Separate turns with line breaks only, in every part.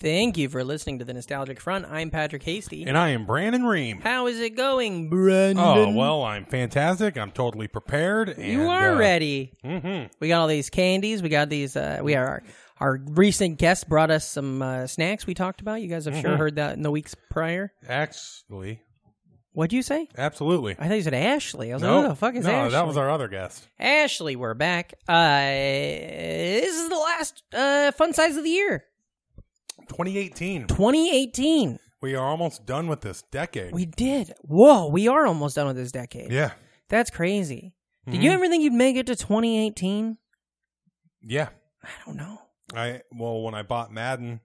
Thank you for listening to the Nostalgic Front. I'm Patrick Hasty.
And I am Brandon Ream.
How is it going, Brendan?
Oh, well, I'm fantastic. I'm totally prepared. And,
you are
uh,
ready. Mm-hmm. We got all these candies. We got these. Uh, we are our, our recent guest brought us some uh, snacks. We talked about. You guys have
Mm-hmm.
sure heard that in the weeks prior.
Actually,
What'd you say?
absolutely.
I thought you said Ashley. I was
no,
like, who the fuck is
no,
Ashley?
that was our other guest.
Ashley, we're back. Uh, this is the last uh, fun size of the year,
2018.
2018.
We are almost done with this decade.
We did. Whoa, we are almost done with this decade.
yeah, Mm-hmm.
That's crazy. Did you ever think you'd make it to 2018?
yeah.
I don't know.
I well, when I bought Madden,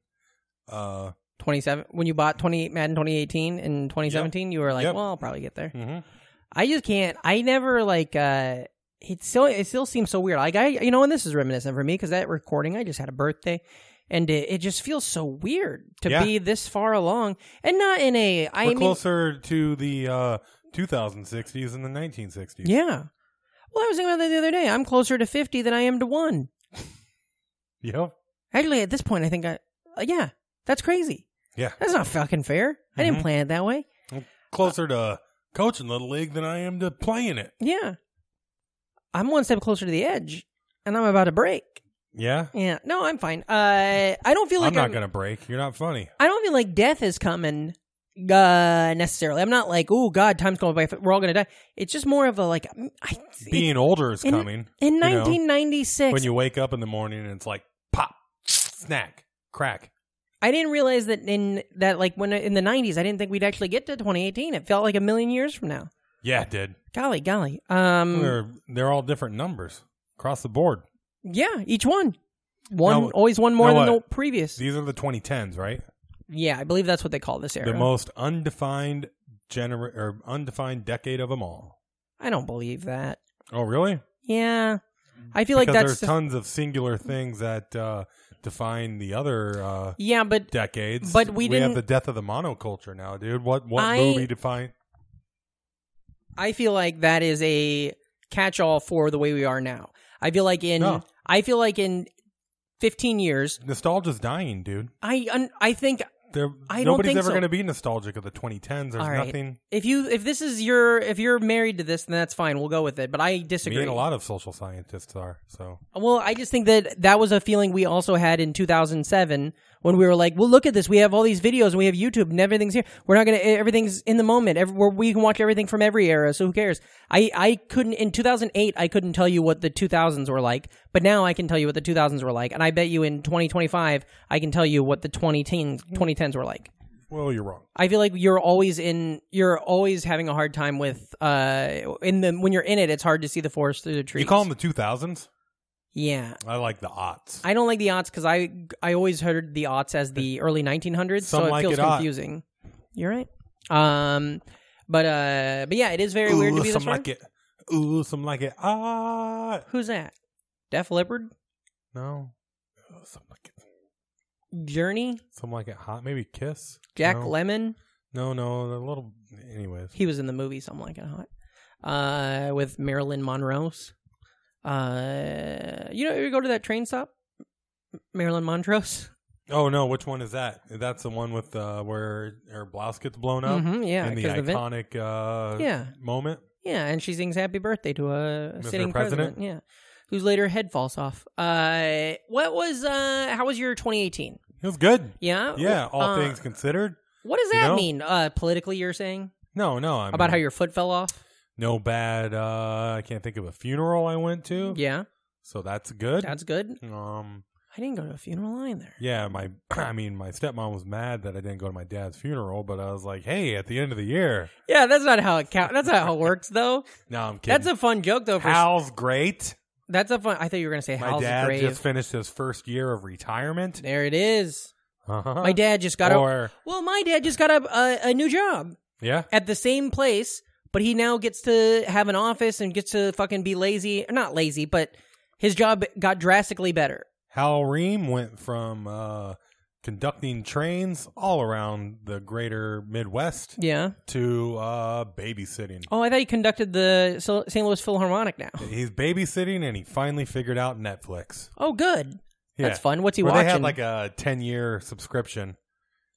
uh,
27 when you bought 20 Madden 2018 and 2017, you were like,
Yep.
"Well, I'll probably get there."
mhm.
I just can't. I never like uh it still it still seems so weird. Like I you know, and this is reminiscent for me cuz that recording I just had a birthday and it, it just feels so weird to
Yeah.
be this far along and not in a I
we're
mean
closer to the uh, 2060s and the 1960s.
yeah. Well, I was thinking about that the other day. I'm closer to 50 than I am to 1.
Yep.
Actually, at this point, I think I, uh, yeah, that's crazy.
Yeah. Mm-hmm.
That's not fucking fair. I didn't plan it that way.
Closer to coaching Little League than I am to playing it.
Yeah. I'm one step closer to the edge and I'm about to break.
Yeah.
Yeah. No, I'm fine. Uh, I don't feel like
I'm not going to break. You're not funny.
I don't feel like death is coming uh necessarily. I'm not like, oh god, time's going by. We're all going to die. It's just more of a like mm, I
Being older is
in-
coming.
in
you know,
1996.
when you wake up in the morning and it's like pop, snack, crack.
I didn't realize that in that like when in the 90s, I didn't think we'd actually get to 2018. It felt like a million years from now.
Yeah, it did.
Golly, golly. Um
They're they're all different numbers across the board.
Yeah, each one. One
Now-
always one more
now
than the
what?
previous.
These are the 2010s, right?
yeah, I believe that's what they call this era.
The most undefined gener or undefined decade of them all.
I don't believe that.
Oh, really?
Yeah, I feel like
because
that's
there's tons of singular things that uh, define the other uh,
yeah, but
decades.
But we
have
didn't-
the death of the monoculture now, dude. What what
I-
movie define?
I feel like that is a catch-all for the way we are now. I feel like in
No.
I feel like in 15 years,
Nostalgia's dying, dude.
I un, I think
There,
I don't
nobody's
think
ever
so.
going to be nostalgic of the 2010s. There's
all right.
nothing.
If you if this is your if you're married to this, then that's fine. We'll go with it. But I disagree.
Me and a lot of social scientists are. So
Well, I just think that that was a feeling we also had in 2007 when we were like, "Well, look at this. We have all these videos, and we have YouTube, and everything's here. We're not gonna. e, Everything's in the moment. Every, where we can watch everything from every era. So who cares?" I I couldn't in 2008. I couldn't tell you what the 2000s were like, but now I can tell you what the 2000s were like, and I bet you in 2025 I can tell you what the 2010s 2010s were like.
well, you're wrong.
I feel like you're always in. You're always having a hard time with. Uh, in the when you're in it, it's hard to see the forest through the trees.
You call them the 2000s?
yeah.
I like the aughts.
I don't like the aughts because I I always heard the aughts as the early 1900s,
Some
so it
like
feels
it ought.
confusing. You're right. Um, but uh, but yeah, it is very weird to be
some
this far.
like it. Ooh, some like it. Ah,
Who's that? Def Leppard,
no. Ooh, Some like it.
Journey,
Some like it hot. Maybe Kiss.
Jack
No.
Lemon.
No, no. The little. Anyways,
He was in the movie Something Like It Hot, uh, with Marilyn Monroe's. Uh, you know, you go to that train stop, Marilyn Montrose.
oh no, which one is that? That's the one with uh, where her blouse gets blown up
Mhm, yeah,
in the
'cause the vent-
iconic uh,
Yeah.
moment.
Yeah, and she sings "Happy Birthday" to a
Mr.
sitting president.
President?
Yeah, whose later head falls off. Uh, what was uh? How was your 2018?
It was good.
Yeah,
Yeah, all
Uh,
things considered.
What does
you
that
know?
mean? Uh, politically, you're saying
No, no. I
about
mean,
how your foot fell off.
no bad. Uh, I can't think of a funeral I went to.
Yeah,
So that's good.
that's good.
um.
I didn't go to a funeral either.
Yeah, my I mean my stepmom was mad that I didn't go to my dad's funeral, but I was like, "Hey, at the end of the year."
Yeah, that's not how it count. That's not how it works, though.
No, I'm kidding.
That's a fun joke, though. For
Hal's great.
That's a fun. I thought you were gonna say
My
Howl's
dad
Grave.
just finished his first year of retirement.
there it is.
Uh-huh.
My dad just got a.
or,
Well, my dad just got a, a a new job
yeah,
at the same place, but he now gets to have an office and gets to fucking be lazy. Not lazy, but his job got drastically better.
Hal Ream went from uh, conducting trains all around the greater Midwest
Yeah.
to uh, babysitting.
Oh, I thought he conducted the Sil- St. Louis Philharmonic now.
He's babysitting, and he finally figured out Netflix.
Oh, good.
Yeah.
That's fun. What's he
Where
watching?
They had like a ten-year subscription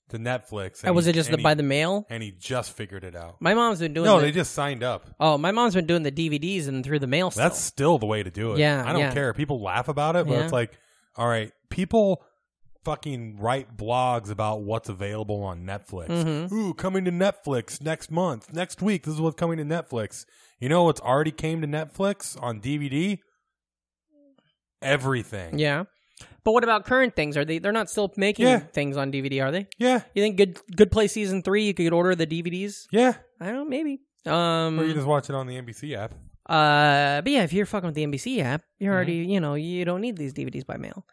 to Netflix.
oh, was
he-
it just the
and
by
he-
the mail?
And he just figured it out.
My mom's been doing.
No,
the-
they just signed up.
Oh, my mom's been doing the DVDs and through the mail. Still.
That's still the way to do it.
Yeah,
I don't
yeah.
care. People laugh about it, but
Yeah.
it's like, all right, people fucking write blogs about what's available on Netflix.
Mhm.
Ooh, coming to Netflix next month, next week. This is what's coming to Netflix. You know what's already came to Netflix on DVD? Everything.
yeah. But what about current things? Are they? They're not still making
Yeah.
things on DVD, are they?
Yeah.
You think good good play season three? You could order the DVDs.
Yeah.
I don't know, maybe.
Or you
Um.
just watch it on the NBC app.
Uh. But yeah, if you're fucking with the NBC app,
Mm-hmm.
you're already. You know, you don't need these DVDs by mail.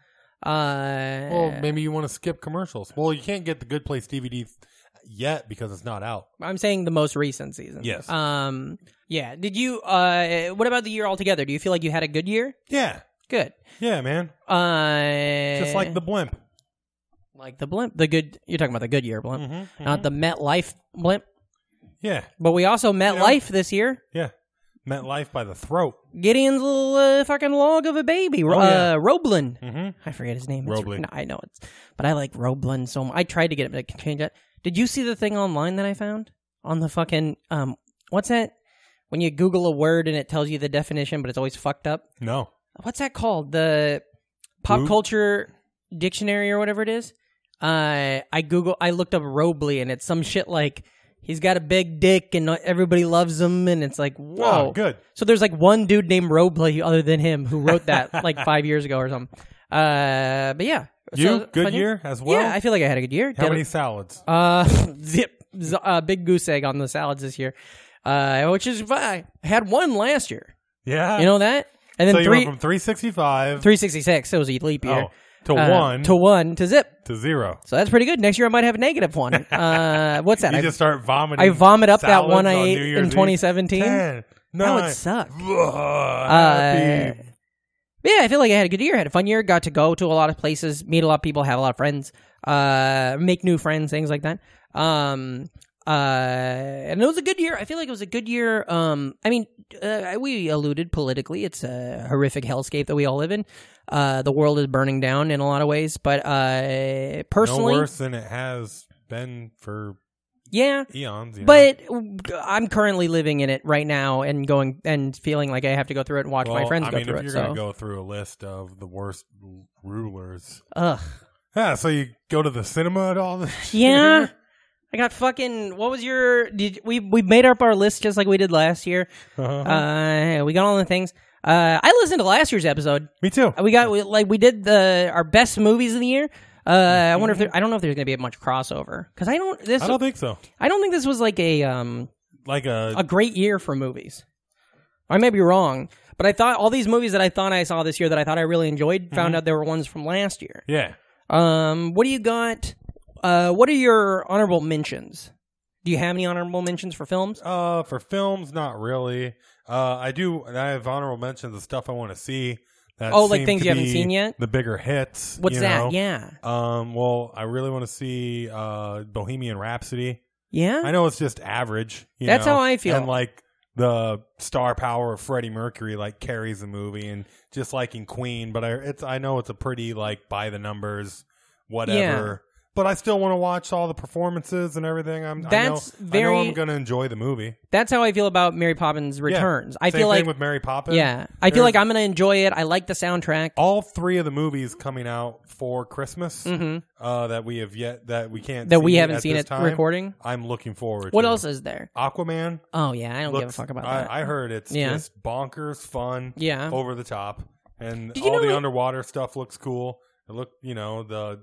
Uh.
Well, maybe you want to skip commercials. Well, you can't get the Good Place DVD yet because it's not out.
I'm saying the most recent season.
Yes.
Um. Yeah. Did you? Uh. What about the year altogether? Do you feel like you had a good year?
Yeah.
Good.
Yeah, man.
Uh.
Just like the blimp.
like the blimp. The good. You're talking about the good year blimp, not the Met Life blimp.
Mm-hmm, Yeah.
But we also met
know-
life this year.
Yeah. Met life by the throat.
Gideon's little uh, fucking log of a baby,
Oh, yeah.
uh, Roblin.
Mhm.
I forget his name. It's-
Roblin.
No, I know it's, but I like Roblin so much. I tried to get him to change that. Did you see the thing online that I found on the fucking um? What's that? When you Google a word and it tells you the definition, but it's always fucked up.
No.
What's that called? The pop
Root?
culture dictionary or whatever it is. Uh, I Google. I looked up Robley, and it's some shit like he's got a big dick, and everybody loves him, and it's like whoa,
Oh, good.
so there's like one dude named Robley other than him who wrote that like five years ago or something. Uh, but yeah,
You
So,
good
fucking-
year as well.
yeah, I feel like I had a good year.
How
Did-
many salads?
Uh, zip, z- uh, big goose egg on the salads this year, uh, which is fine. I had one last year.
yeah.
You know that, and then
so you
three
went from 365
three sixty six. It was a leap year.
oh, to
Uh,
1
to
to,
one to zip.
zero.
So that's pretty good. Next year I might have a negative one. Uh, what's that?
You
I,
just start vomiting.
I vomit up that
salads
one I
on
ate
New
in
Year's Eve.
2017.
10,
That would
nine,
suck.
ugh,
Uh,
happy.
but yeah, I feel like I had a good year. had a fun year. Got to go to a lot of places, meet a lot of people, have a lot of friends, uh, make new friends, things like that. Um, uh, and it was a good year. I feel like it was a good year. Um, I mean, uh, we alluded politically. It's a horrific hellscape that we all live in. Uh, the world is burning down in a lot of ways. But uh, personally,
no worse than it has been for
yeah,
eons. You know?
But uh, I'm currently living in it right now and going and feeling like I have to go through it and watch
Well,
my friends
I
go
mean,
through
if
it.
you're
so,
gonna go through a list of the worst r- rulers,
ugh,
yeah. So you go to the cinema and all this.
yeah. I got fucking. What was your? Did we we made up our list just like we did last year?
Uh-huh.
Uh, we got all the things. Uh, I listened to last year's episode.
Me too.
We got we, like we did the our best movies of the year. Uh, I wonder if there, I don't know if there's gonna be much crossover because I don't this
Mm-hmm. I don't think so.
think this was like a um
Like uh, a,
a great year for movies. I may be wrong, but I thought all these movies that I thought I saw this year that I thought I really enjoyed
Mm-hmm.
found out there were ones from last year.
yeah.
Um, what do you got? Uh, what are your honorable mentions? Do you have any honorable mentions for films?
Uh, for films, not really. Uh, I do. and I have honorable mentions of stuff I want to see. That
Oh, like
seem
things
to
you haven't
be
seen yet?
The bigger hits.
What's
you
that?
know?
Yeah,
Um. Well, I really want to see uh Bohemian Rhapsody.
yeah.
I know it's just average. you
That's
know,
how I feel.
And like the star power of Freddie Mercury like carries the movie, and just like in Queen, but I it's I know it's a pretty like by the numbers whatever. But I still want to watch all the performances and everything. I'm
That's
I know,
very-
I know I'm going to enjoy the movie.
That's how I feel about Mary Poppins
Yeah.
Returns. I
Same
feel
thing
like
with Mary Poppins.
yeah, I feel
There's-
like I'm gonna enjoy it. I like the soundtrack.
all three of the movies coming out for Christmas
Mhm.
uh, that we have yet that we can't
That we
see
haven't
at
seen
this
it
time,
recording?
I'm looking forward.
What
to
else
it.
is there?
Aquaman.
Oh yeah, I don't give a
looks-
fuck about
I,
that.
I heard Oh. it's
Yeah.
just bonkers fun.
Yeah.
over the top, and
Did you
all
know
the
that-
underwater stuff looks cool. It look, you know, the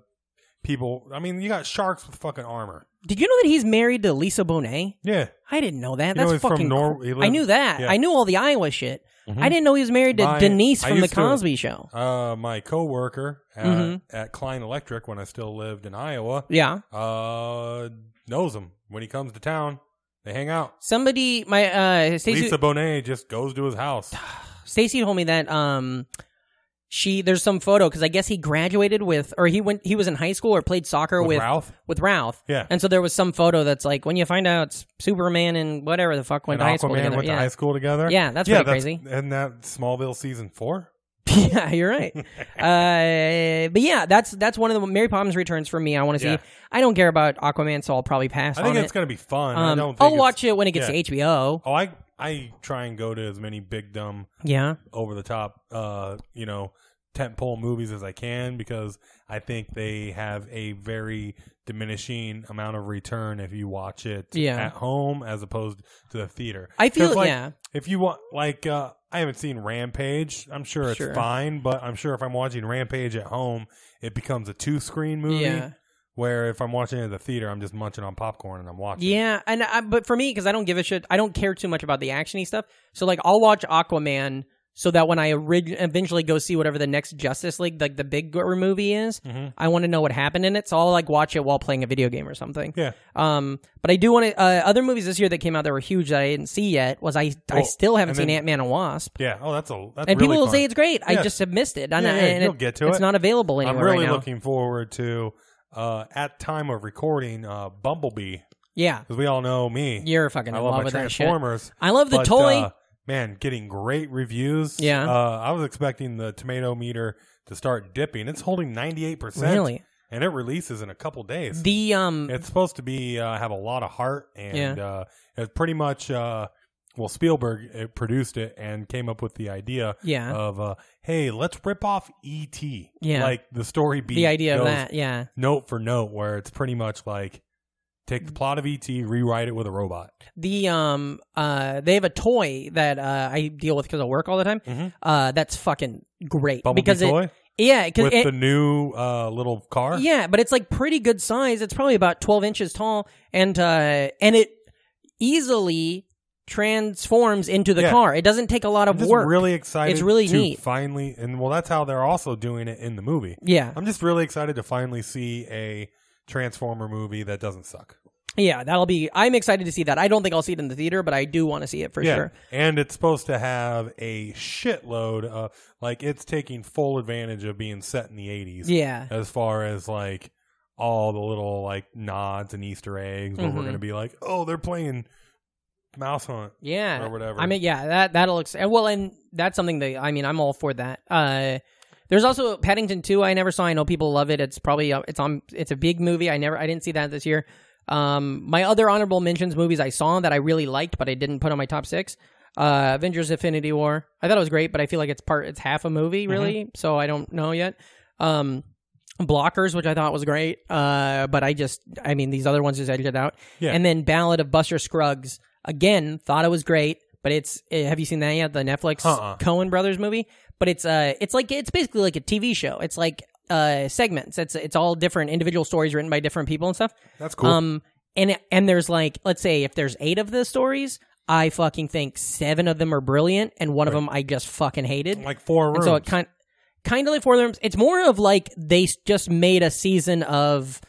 people. I mean, you got sharks with fucking armor.
Did you know that he's married to Lisa Bonet?
Yeah,
I didn't know that.
You know
That's
he's from
fucking.
Nor-
cool.
he
I
lives-
knew that.
yeah. Mm-hmm.
I knew all the Iowa shit. I didn't know he was married to
My-
Denise
I
from the
used to-
Cosby Show.
uh, my coworker at,
Mhm.
at Klein Electric when I still lived in Iowa
Yeah.
uh, knows him. When he comes to town, they hang out.
Somebody, my uh, Stacey,
Lisa Bonet just goes to his house.
Stacey told me that um, she there's some photo because I guess he graduated with or he went he was in high school or played soccer
With
with
Ralph?
with Ralph.
Yeah.
and so there was some photo that's like when you find out Superman and whatever the fuck went
And
to high school
Aquaman
together.
went to
yeah.
high school together.
Yeah, that's
yeah,
pretty crazy.
And that Smallville season four.
yeah, you're right. uh, but yeah, that's that's one of the Mary Poppins returns for me. I want to
Yeah.
see. I don't care about Aquaman, so I'll probably pass
I think
on
it's
it.
gonna be fun. I
Um,
don't. Think
I'll
it's-
watch it when it gets
yeah.
to HBO.
Oh, I I try and go to as many big dumb
Yeah,
over the top, uh, you know, tentpole movies as I can because I think they have a very diminishing amount of return if you watch it
Yeah.
at home as opposed to the theater.
I feel
'Cause, like,
yeah.
If you want, like, uh, I haven't seen Rampage. I'm sure it's
Sure.
fine, but I'm sure if I'm watching Rampage at home, it becomes a two screen movie.
Yeah.
Where if I'm watching it at the theater, I'm just munching on popcorn and I'm watching.
Yeah, and I, but for me, because I don't give a shit, I don't care too much about the actiony stuff. So like, I'll watch Aquaman so that when I orig- eventually go see whatever the next Justice League, like the big gore movie is,
Mm-hmm.
I want to know what happened in it. So I'll like watch it while playing a video game or something.
Yeah.
Um, but I do want to. Uh, other movies this year that came out that were huge that I didn't see yet was I. I
Well,
still haven't
and
seen
then-
Ant Man and Wasp.
Yeah. Oh, that's a. That's
And
really
people will
fun.
say it's great. I
Yes.
just have missed it. I'm
Yeah,
not-
yeah,
and
you'll
it-
get to
It's
it.
not available anywhere
I'm really
right now.
looking forward to uh, at time of recording uh, Bumblebee
yeah,
because we all know me.
you're fucking
I
in
love
love
my
with that shit.
Transformers.
I love the
but,
toy.
uh, man, getting great reviews.
Yeah.
uh, I was expecting the tomato meter to start dipping. It's holding 98 percent.
Really?
and it releases in a couple days.
the um,
it's supposed to be uh, have a lot of heart, and
Yeah.
uh, it's pretty much. Uh, well, Spielberg uh produced it and came up with the idea
Yeah.
of, uh, hey, let's rip off E.T.
Yeah.
Like the story beat.
the idea of
goes
that. Yeah.
note for note where it's pretty much like take the
Mm.
plot of ET, rewrite it with a robot.
the um uh they have a toy that uh I deal with because I work all the time. Uh, that's fucking great
Mm-hmm. Bumblebee
because it
toy
yeah because
with the new uh, little car.
yeah, but it's like pretty good size. It's probably about twelve inches tall, and uh and it easily transforms into the
Yeah.
car. It doesn't take a lot of
I'm just
work.
really excited.
It's really
to
neat.
Finally, and well, that's how they're also doing it in the movie.
yeah,
I'm just really excited to finally see a Transformer movie that doesn't suck.
yeah, that'll be. I'm excited to see that. I don't think I'll see it in the theater, but I do want to see it for sure.
and it's supposed to have a shitload. Uh, like it's taking full advantage of being set in the 80s.
Yeah,
as far as like all the little like nods and Easter eggs where
Mhm.
we're gonna be like, oh, they're playing Mouse Hunt.
yeah,
or whatever.
I mean, yeah, that that'll ex- well, and that's something that I mean, I'm all for that. Uh, there's also Paddington Two. I never saw. I know people love it. It's probably uh, it's on. It's a big movie. I never. I didn't see that this year. Um, my other honorable mentions movies I saw that I really liked, but I didn't put on my top six. Uh, Avengers: Infinity War. I thought it was great, but I feel like it's part. It's half a
Mm-hmm.
movie, really. So I don't know yet. Um, Blockers, which I thought was great. Uh, but I just, I mean, these other ones just edited out.
Yeah.
And then Ballad of Buster Scruggs. Again, thought it was great, but it's. eh, Have you seen that yet? The Netflix
Uh-uh.
Cohen Brothers movie. But it's uh, it's like it's basically like a TV show. It's like uh segments. It's it's all different individual stories written by different people and stuff.
That's cool.
Um, and and there's like, let's say if there's eight of the stories, I fucking think seven of them are brilliant, and one of them I just fucking hated.
like four
and
rooms.
so it kind kind of like four rooms. It's more of like they s- just made a season of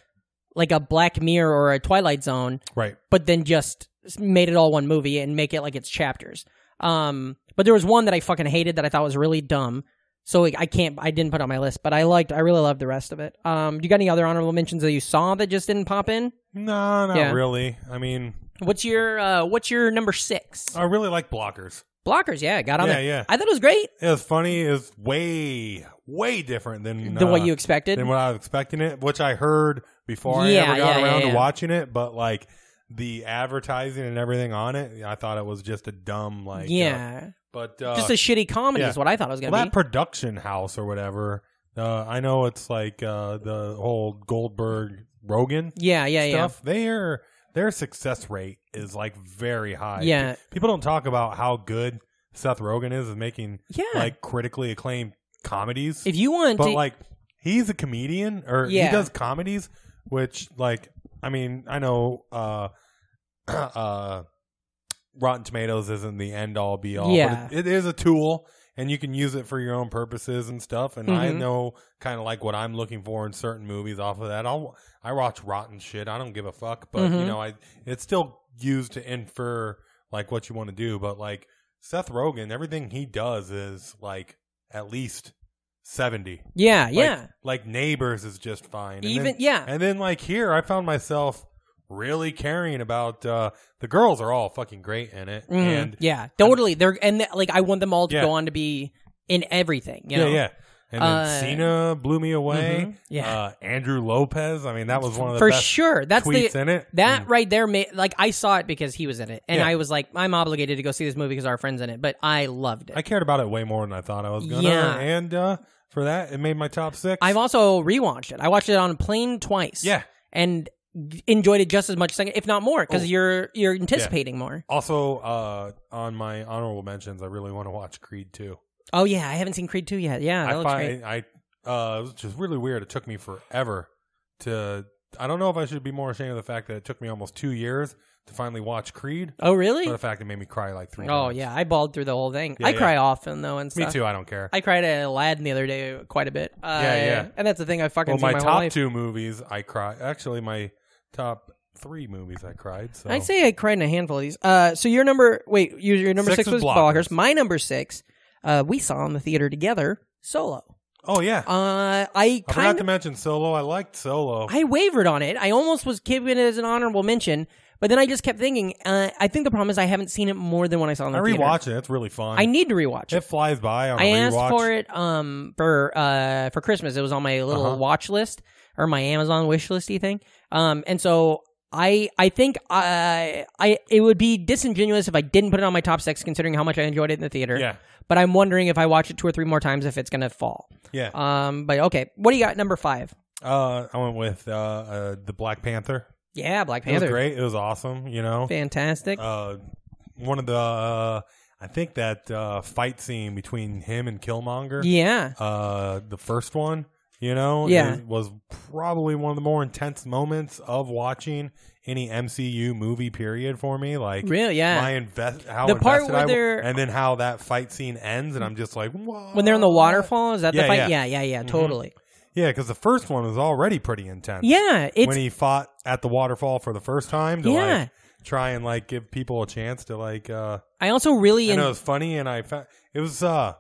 like a Black Mirror or a Twilight Zone,
right.
but then just s- made it all one movie and make it like its chapters. Um, but there was one that I fucking hated that I thought was really dumb. So like, I can't, I didn't put it on my list, but I liked, I really loved the rest of it. Um, you got any other honorable mentions that you saw that just didn't pop in?
No, not
Yeah.
really. I mean,
What's your uh what's your number six?
I really like blockers.
Blockers, yeah, got on
Uh, Yeah,
there.
yeah.
I thought it was great.
It was funny. It was way, way different than
than what
uh,
you expected.
than what I was expecting it, which I heard before
Yeah,
I ever got
yeah,
around
yeah, yeah.
to watching it. But like the advertising and everything on it, I thought it was just a dumb like. uh,
yeah.
but uh,
Just a shitty comedy
yeah.
is what I thought it was gonna
well,
be.
that production house or whatever. Uh, I know it's like uh, the whole Goldberg Rogan
yeah, yeah,
stuff. Their their success rate is like very high.
Yeah.
Pe- people don't talk about how good Seth Rogen is at making
yeah. Yeah.
like critically acclaimed comedies.
if you want
but
to
like he's a comedian or
Yeah.
he does comedies, which like I mean I know uh, uh, Rotten Tomatoes isn't the end all be all,
Yeah.
but it, it is a tool. And you can use it for your own purposes and stuff. And I
Mhm.
know kind of like what I'm looking for in certain movies off of that. I'll I watch rotten shit. I don't give a fuck. But you
Mhm.
know, I it's still used to infer like what you want to do. But like Seth Rogen, everything he does is like at least seventy.
Yeah,
Like-
yeah.
Like, neighbors is just fine. And
Even
then-
yeah. Mm-hmm.
And then like here, I found myself really caring about uh the girls are all fucking great in it.
Mhm.
And
yeah, totally. They're and th- like I want them all to
Yeah.
go on to be in everything. You
yeah,
know?
yeah. And then
Uh,
Cena blew me away.
Mhm. Yeah.
Uh, Andrew Lopez. I mean, that was one of the
for
best
sure. That's
tweets
the
in it.
that
Mm.
right there. Made, like I saw it because he was in it, and
Yeah.
I was like, I'm obligated to go see this movie because our friends in it. But I loved it.
I cared about it way more than I thought I was gonna.
Yeah.
And uh, for that, it made my top six.
I've also rewatched it. I watched it on a plane twice.
yeah.
and g- enjoyed it just as much, second, if not more, because
Oh.
you're you're anticipating more.
Also, uh, on my honorable mentions, I really want to watch Creed two.
Oh yeah, I haven't seen Creed two yet. Yeah, that
I
looks great.
find I uh, it was just really weird. It took me forever to. I don't know if I should be more ashamed of the fact that it took me almost two years to finally watch Creed,
Oh
or
really?
the fact it made me cry like three.
Oh
times.
yeah, I bawled through the whole thing.
Yeah,
I
yeah.
cry often though, and
me
stuff.
too. I don't care.
I cried at Aladdin the other day quite a bit. Uh,
Yeah, yeah.
And that's the thing I fucking
well,
see
my,
my whole
top
life.
two movies, I cry. Actually, my top three movies, I cried. So
I'd say I cried in a handful of these. Uh, so your number, wait, your, your number
Six
six,
was
was
Blockers.
Blockers. My number six, uh, we saw in the theater together, Solo.
Oh yeah.
Uh, I
I
kind
forgot
of
to mention Solo. I liked Solo.
I wavered on it. I almost was keeping it as an honorable mention, but then I just kept thinking. Uh, I think the problem is I haven't seen it more than when I saw it in the
I
theater.
rewatch it. It's really fun.
I need to rewatch
it
it.
flies by on a
I asked
rewatch.
for it um for uh for Christmas. It was on my little
Uh-huh.
watch list or my Amazon wish listy thing. Um, and so. I, I think I I it would be disingenuous if I didn't put it on my top six considering how much I enjoyed it in the theater.
Yeah.
But I'm wondering if I watch it two or three more times if it's gonna fall.
Yeah.
Um. But okay, what do you got? Number five.
Uh, I went with uh, uh, the Black Panther.
Yeah, Black
It was
Panther.
great. It was awesome. You know,
Fantastic.
uh, one of the uh, I think that uh, fight scene between him and Killmonger.
yeah.
Uh, the first one. You know,
Yeah.
is- was probably one of the more intense moments of watching any MCU movie period for me. Like,
Really, yeah.
my invest how
The part
invested
where
I w-
they're-
and then how that fight scene ends, and I'm just like, Whoa.
when they're in the waterfall, is that
Yeah,
the fight?
yeah. Mm-hmm.
Yeah, yeah, yeah, totally.
Yeah, because the first one was already pretty intense.
Yeah, it's
when he fought at the waterfall for the first time to
Yeah.
like try and like give people a chance to like. uh
I also really
I know it
en-
was funny, and I fa- it was uh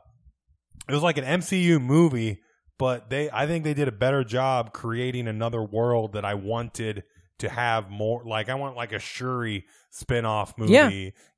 it was like an MCU movie, but they I think they did a better job creating another world that I wanted to have more. Like I want like a Shuri spin off movie,
Yeah.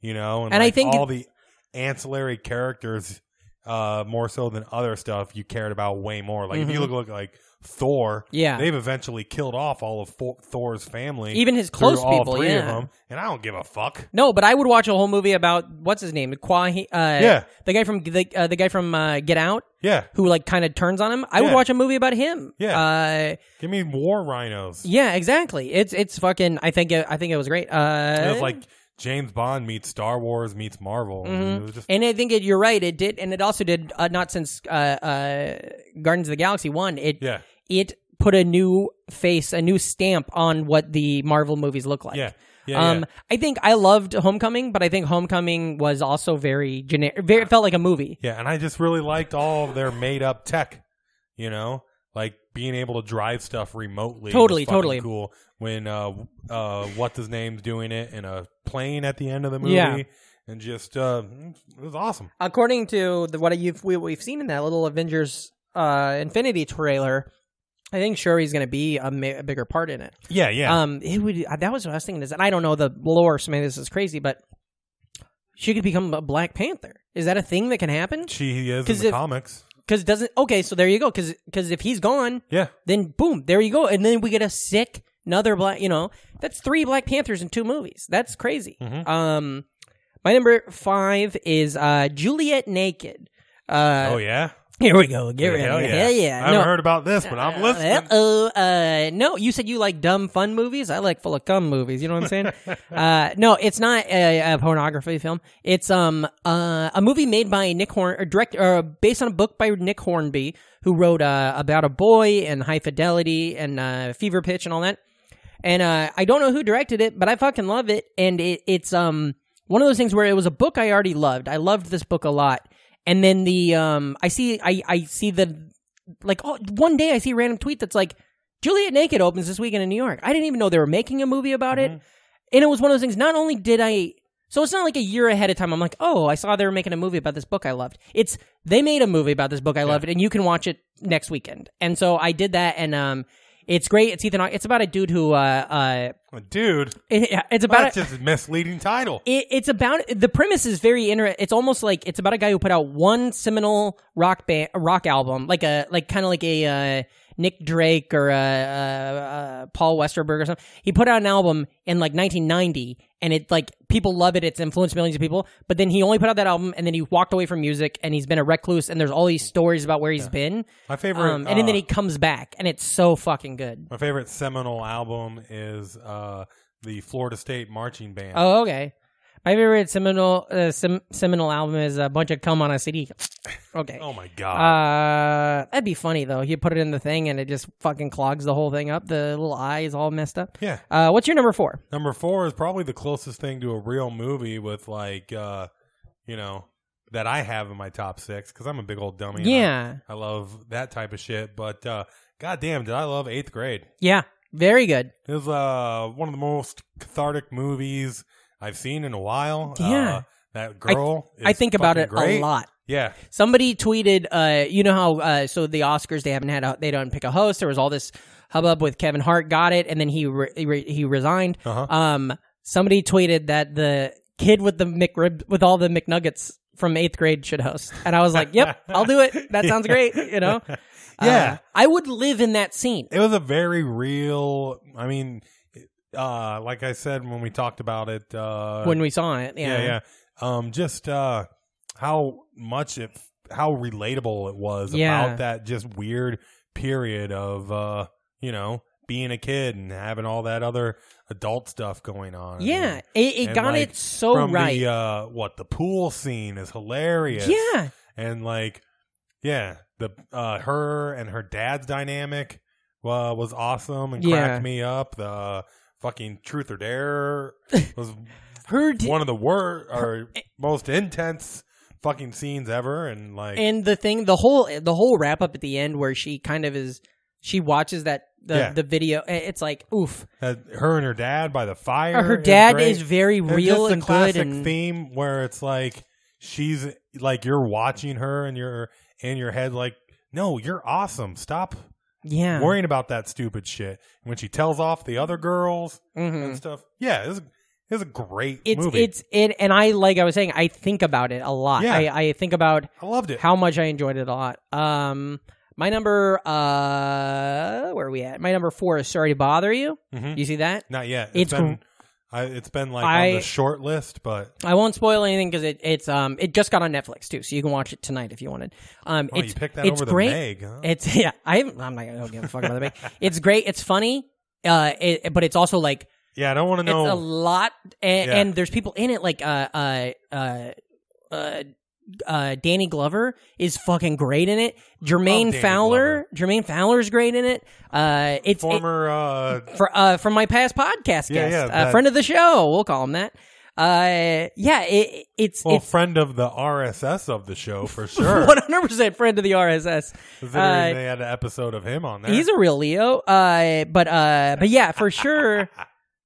you know, and,
And I
like,
think
all the ancillary characters uh more so than other stuff you cared about way more. Like if you look, look like Thor,
Mm-hmm. Yeah.
they've eventually killed off all of Fo- Thor's family,
Even his
through
close
all
people,
three of
yeah.
them, and I don't give a fuck.
no, but I would watch a whole movie about what's his name, Kwahi, uh,
Yeah.
the guy from the uh, the guy from uh, Get Out,
Yeah,
who like kind of turns on him. I
Yeah.
would watch a movie about him.
Yeah.
uh,
give me war rhinos.
yeah, exactly. It's it's fucking. I think it, I think it was great. Uh,
It was like James Bond meets Star Wars meets Marvel. It was just
And I think it, you're right. It did, and it also did uh, not since uh, uh, Guardians of the Galaxy one. It
Yeah.
it put a new face, a new stamp on what the Marvel movies look like.
Yeah. Yeah,
um,
yeah.
I think I loved Homecoming, but I think Homecoming was also very generic. Very, it felt like a movie.
yeah, and I just really liked all of their made up tech. You know, like being able to drive stuff remotely.
Totally,
was fucking
totally.
cool. When uh, uh, what's his name's doing it in a plane at the end of the movie,
Yeah.
and just uh, it was awesome.
According to the, what you've we, we've seen in that little Avengers uh, Infinity trailer, I think Shuri's going to be a, ma- a bigger part in it.
Yeah, yeah.
Um, it would. uh, That was what I was thinking. Is that I don't know the lore, so maybe this is crazy, but she could become a Black Panther. Is that a thing that can happen?
she is in
'cause
the
if-
comics.
Because doesn't okay. So there you go. Because if he's gone,
Yeah,
then boom, there you go, and then we get a sick another black. You know, that's three Black Panthers in two movies. That's crazy. Um, my number five is uh Juliet Naked. Uh,
oh yeah.
Here we go. Get ready.
Hell yeah.
Hell yeah.
I haven't
No.
heard about this, but I'm listening.
Uh-oh, uh, no, you said you like dumb fun movies. I like full of cum movies. You know what I'm saying? uh, no, it's not a, a pornography film. It's um uh, a movie made by Nick Horn, or direct, or based on a book by Nick Hornby, who wrote uh, about a boy and High Fidelity and uh, Fever Pitch and all that. And uh, I don't know who directed it, but I fucking love it. And it, it's um one of those things where it was a book I already loved. I loved this book a lot. And then the um I see I I see the like oh, one day I see a random tweet that's like Juliet Naked opens this weekend in New York. I didn't even know they were making a movie about it. And it was one of those things. Not only did I so it's not like a year ahead of time. I'm like, oh, I saw they were making a movie about this book I loved. It's they made a movie about this book I loved, and you can watch it next weekend. And so I did that, and um, it's great. It's Ethan. Hawke. It's about a dude who uh, uh,
Dude,
it- yeah, it's about
that's just a misleading title.
it, it's about the premise is very interesting. It's almost like it's about a guy who put out one seminal rock band, rock album, like a like kind of like a uh, Nick Drake or a, uh uh Paul Westerberg or something. He put out an album in like 1990, and it like people love it. It's influenced millions of people. But then he only put out that album, and then he walked away from music, and he's been a recluse. And there's all these stories about where he's been.
My favorite,
um, and
uh,
then he comes back, and it's so fucking good.
My favorite seminal album is uh, the Florida State Marching Band.
Oh, okay. My favorite seminal uh, sem- seminal album is a bunch of cum on a CD. Okay.
Oh my god!
Uh, that'd be funny though. You put it in the thing and it just fucking clogs the whole thing up. The little eye is all messed up.
yeah,
Uh, what's your number four?
number four is probably the closest thing to a real movie with like, uh, you know, that I have in my top six because I'm a big old dummy. and I-
Yeah.
I, love that type of shit. But uh, goddamn, did I love Eighth Grade?
Yeah, very good.
It was uh, one of the most cathartic movies I've seen in a while.
Yeah.
Uh, that girl.
I
is
think about
fucking
it
great.
a lot.
Yeah,
Somebody tweeted, uh, you know how uh, so the Oscars they haven't had a, they don't pick a host. There was all this hubbub with Kevin Hart got it and then he re- he re- he resigned.
Uh-huh.
Um, somebody tweeted that the kid with the McRib with all the McNuggets from eighth grade should host, and I was like, yep, I'll do it. That sounds great. You know.
Yeah.
Uh, I would live in that scene.
it was a very real i mean uh like i said when we talked about it uh
when we saw it. Yeah,
yeah yeah um just uh how much it how relatable it was
Yeah.
about that just weird period of uh you know being a kid and having all that other adult stuff going on
Yeah,
And-
it, it
and,
got
like,
it so
from
right.
the, uh what the pool scene is hilarious
Yeah,
and like yeah the uh her and her dad's dynamic uh, was awesome and cracked
Yeah.
me up the uh, fucking truth or dare was
her d-
one of the worst or most intense fucking scenes ever and like
and the thing, the whole the whole wrap up at the end where she kind of is, she watches that the
Yeah.
the video. eh, It's like oof.
that- her and her dad by the fire
her dad
great.
is very
And
real
just
and
the
good
classic
and
theme where it's like she's like you're watching her and you're in your head like no you're awesome stop
yeah.
worrying about that stupid shit when she tells off the other girls
Mhm.
and stuff. Yeah, it was, it was a great
It's
movie.
it's it, and I like I was saying, I think about it a lot.
Yeah.
I, I think about
I loved it.
how much I enjoyed it a lot. Um, my number, uh, where are we at? My number four is sorry to bother you.
Mhm.
You see that?
Not yet.
it's
it's been I, it's been like
I-
on the short list, but
I won't spoil anything because it, it's um it just got on Netflix too, so you can watch it tonight if you wanted. Um,
Oh, you
it's
picked that
it's
over the
great.
Meg, huh?
It's yeah, I I'm not gonna go give a fuck about the Meg. It's great. It's funny. Uh, it, but it's also like
yeah, I don't want to know.
it's a lot, and,
Yeah.
and there's people in it like uh uh uh. uh uh, Danny Glover is fucking great in it. Jermaine
Danny
Fowler, Jermaine Fowler's great in it. Uh, it's it-
former uh,
for uh from my past podcast guest,
Yeah, yeah,
a
that-
friend of the show. We'll call him that. Uh, yeah, it, it's
well,
it's
friend of the RSS of the show for sure.
one hundred percent friend of the RSS.
Considering
uh,
they had an episode of him on there.
He's a real Leo. Uh, but uh, but yeah, for sure,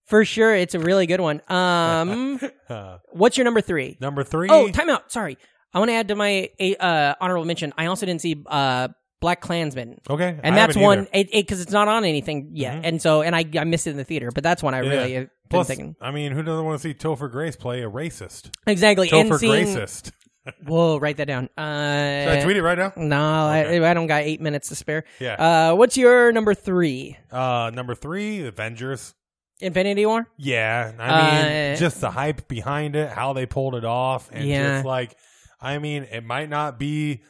for sure, it's a really good one. Um,
Uh,
what's your number three?
number three.
Oh, timeout. Sorry, I want to add to my uh honorable mention. I also didn't see uh Black Klansman.
okay,
And
I
that's
haven't
one
either. Mm-hmm.
it because it's not on anything yet, and so and I I missed it in the theater, but that's one I
Yeah.
really uh, have been
Plus,
thinking
I mean, who doesn't want to see Topher Grace play a racist?
exactly. and
Topher
seeing,
Gracist.
Whoa, write that down.
Should I
Uh,
tweet it right now?
no, I, I don't got eight minutes to spare.
Yeah.
Uh, what's your number three?
Uh, number three, Avengers.
Infinity War.
Yeah, I mean,
Uh,
just the hype behind it, how they pulled it off, and
Yeah.
just like, I mean, it might not be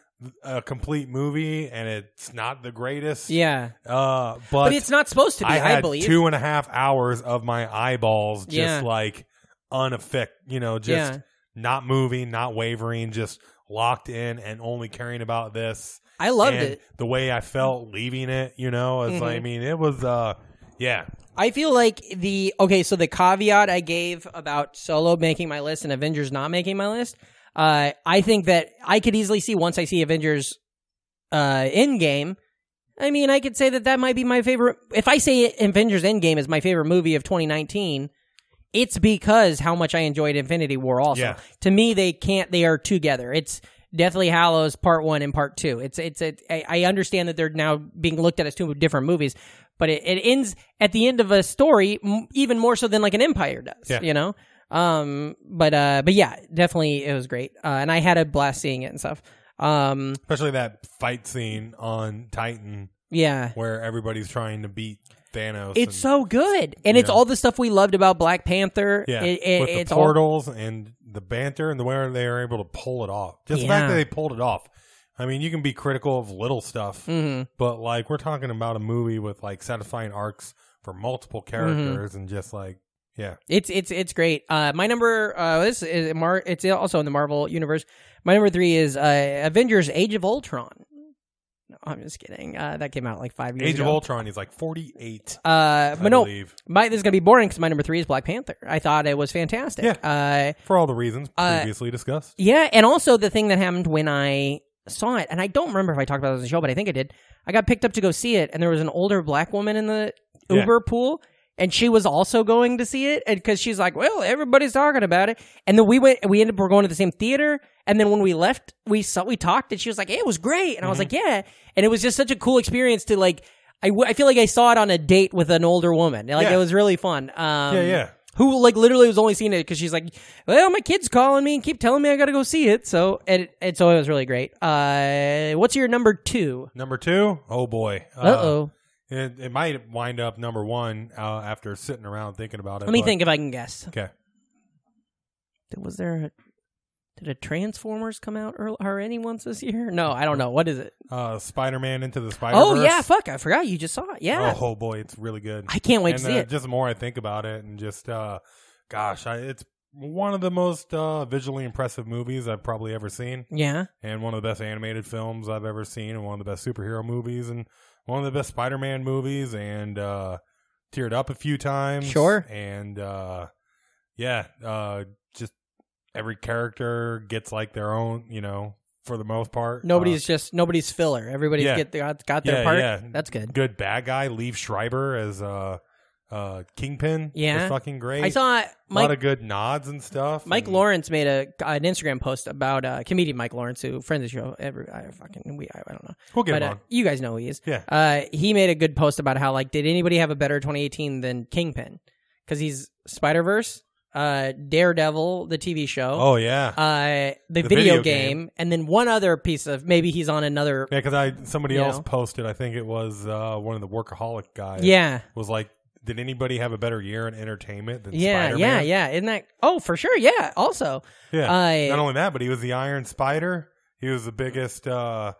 a complete movie, and it's not the greatest.
Yeah,
uh, but,
but it's not supposed to be.
I
I,
had
believe.
two and a half hours of my eyeballs just
Yeah.
like unaffect, you know, just
Yeah.
not moving, not wavering, just locked in and only caring about this.
I loved
and
it. Mm-hmm.
The way I felt leaving it, you know, it's like, I mean, it was, uh, yeah,
I feel like the okay. So the caveat I gave about Solo making my list and Avengers not making my list, uh, I think that I could easily see once I see Avengers, uh, Endgame. I mean, I could say that that might be my favorite. If I say Avengers Endgame is my favorite movie of 2019, it's because how much I enjoyed Infinity War. Also,
Yeah.
to me, they can't. They are together. It's Deathly Hallows Part One and Part Two. It's it's a, I, I understand that they're now being looked at as two different movies, but it, it ends at the end of a story m- even more so than like an Empire does.
Yeah.
You know. Um. But uh. But yeah, definitely it was great, uh, and I had a blast seeing it and stuff. Um.
especially that fight scene on Titan
Yeah.
where everybody's trying to beat Thanos.
It's
and,
so good, and it's
Yeah.
all the stuff we loved about Black Panther.
yeah,
It- it-
with the
it's all-
portals and the banter and the way they are able to pull it off. Just the fact
Yeah.
that they pulled it off. I mean, you can be critical of little stuff,
Mm. Mm-hmm.
but like we're talking about a movie with like satisfying arcs for multiple
Mm-hmm.
characters and just like yeah,
It's it's it's great. Uh, my number uh, this is Mar- it's also in the Marvel universe. My number three is uh, Avengers: Age of Ultron. No, I'm just kidding. Uh, that came out like five years
Age
ago.
of Ultron. He's like forty eight.
Uh,
I
but no,
believe
my, this is gonna be boring because my number three is Black Panther. I thought it was fantastic. Uh,
for all the reasons
Uh,
previously discussed.
yeah, and also the thing that happened when I saw it, and I don't remember if I talked about it on the show, but I think I did. I got picked up to go see it, and there was an older black woman in the
Yeah.
Uber pool, and she was also going to see it, and because she's like, "Well, everybody's talking about it," and then we went, we ended up we're going to the same theater, and then when we left, we saw we talked, and she was like, "It was great," and I was
Mm-hmm.
like, "Yeah," and it was just such a cool experience to like. I, w- I feel like I saw it on a date with an older woman. Like
Yeah.
it was really fun. Um,
Yeah, yeah.
who like literally was only seeing it because she's like, "Well, my kid's calling me and keep telling me I got to go see it." So and, and so it was really great. Uh, what's your number two?
Number two, oh boy,
Uh oh,
It, it might wind up number one uh, after sitting around thinking about it.
let me
but-
think if I can guess.
Okay.
Was there a, did a Transformers come out early, already once this year? No, I don't know. What is it?
Uh, Spider Man into the Spider
Oh yeah, fuck! I forgot you just saw it. Yeah,
Oh, oh, boy, it's really good.
I can't wait
and,
to see
uh,
it.
Just the more I think about it, and just uh, gosh, I, it's one of the most uh, visually impressive movies I've probably ever seen,
yeah,
and one of the best animated films I've ever seen, and one of the best superhero movies, and one of the best Spider Man movies, and uh, teared up a few times.
Sure.
and uh, yeah, uh, just every character gets like their own, you know, for the most part. Uh,
nobody's just nobody's filler. Everybody's
yeah.
get got, got their
Yeah,
part.
yeah.
That's good.
good bad guy, Leave Schreiber as uh uh Kingpin.
Yeah.
was fucking great.
I saw
a lot
Mike
of good nods and stuff.
Mike
and-
Lawrence made a an Instagram post about uh, comedian Mike Lawrence, who friends of the show. Every I fucking we I, I don't know,
We'll get
but
him
uh,
on.
you guys know who he is.
Yeah.
Uh, he made a good post about how like did anybody have a better 2018 than Kingpin? Because he's Spider Verse, uh, Daredevil, the TV show,
Oh yeah.
uh, the,
the
video,
video
game,
game.
and then one other piece of maybe he's on another.
yeah, because I somebody
you
else
know.
posted. I think it was uh, one of the workaholic guys.
Yeah.
was like, did anybody have a better year in entertainment than
Yeah, yeah, Uh,
Spider-Man?
yeah. Isn't that? Oh, for sure. Yeah. Also,
yeah.
I-
Not only that, but he was the Iron Spider. He was the biggest uh,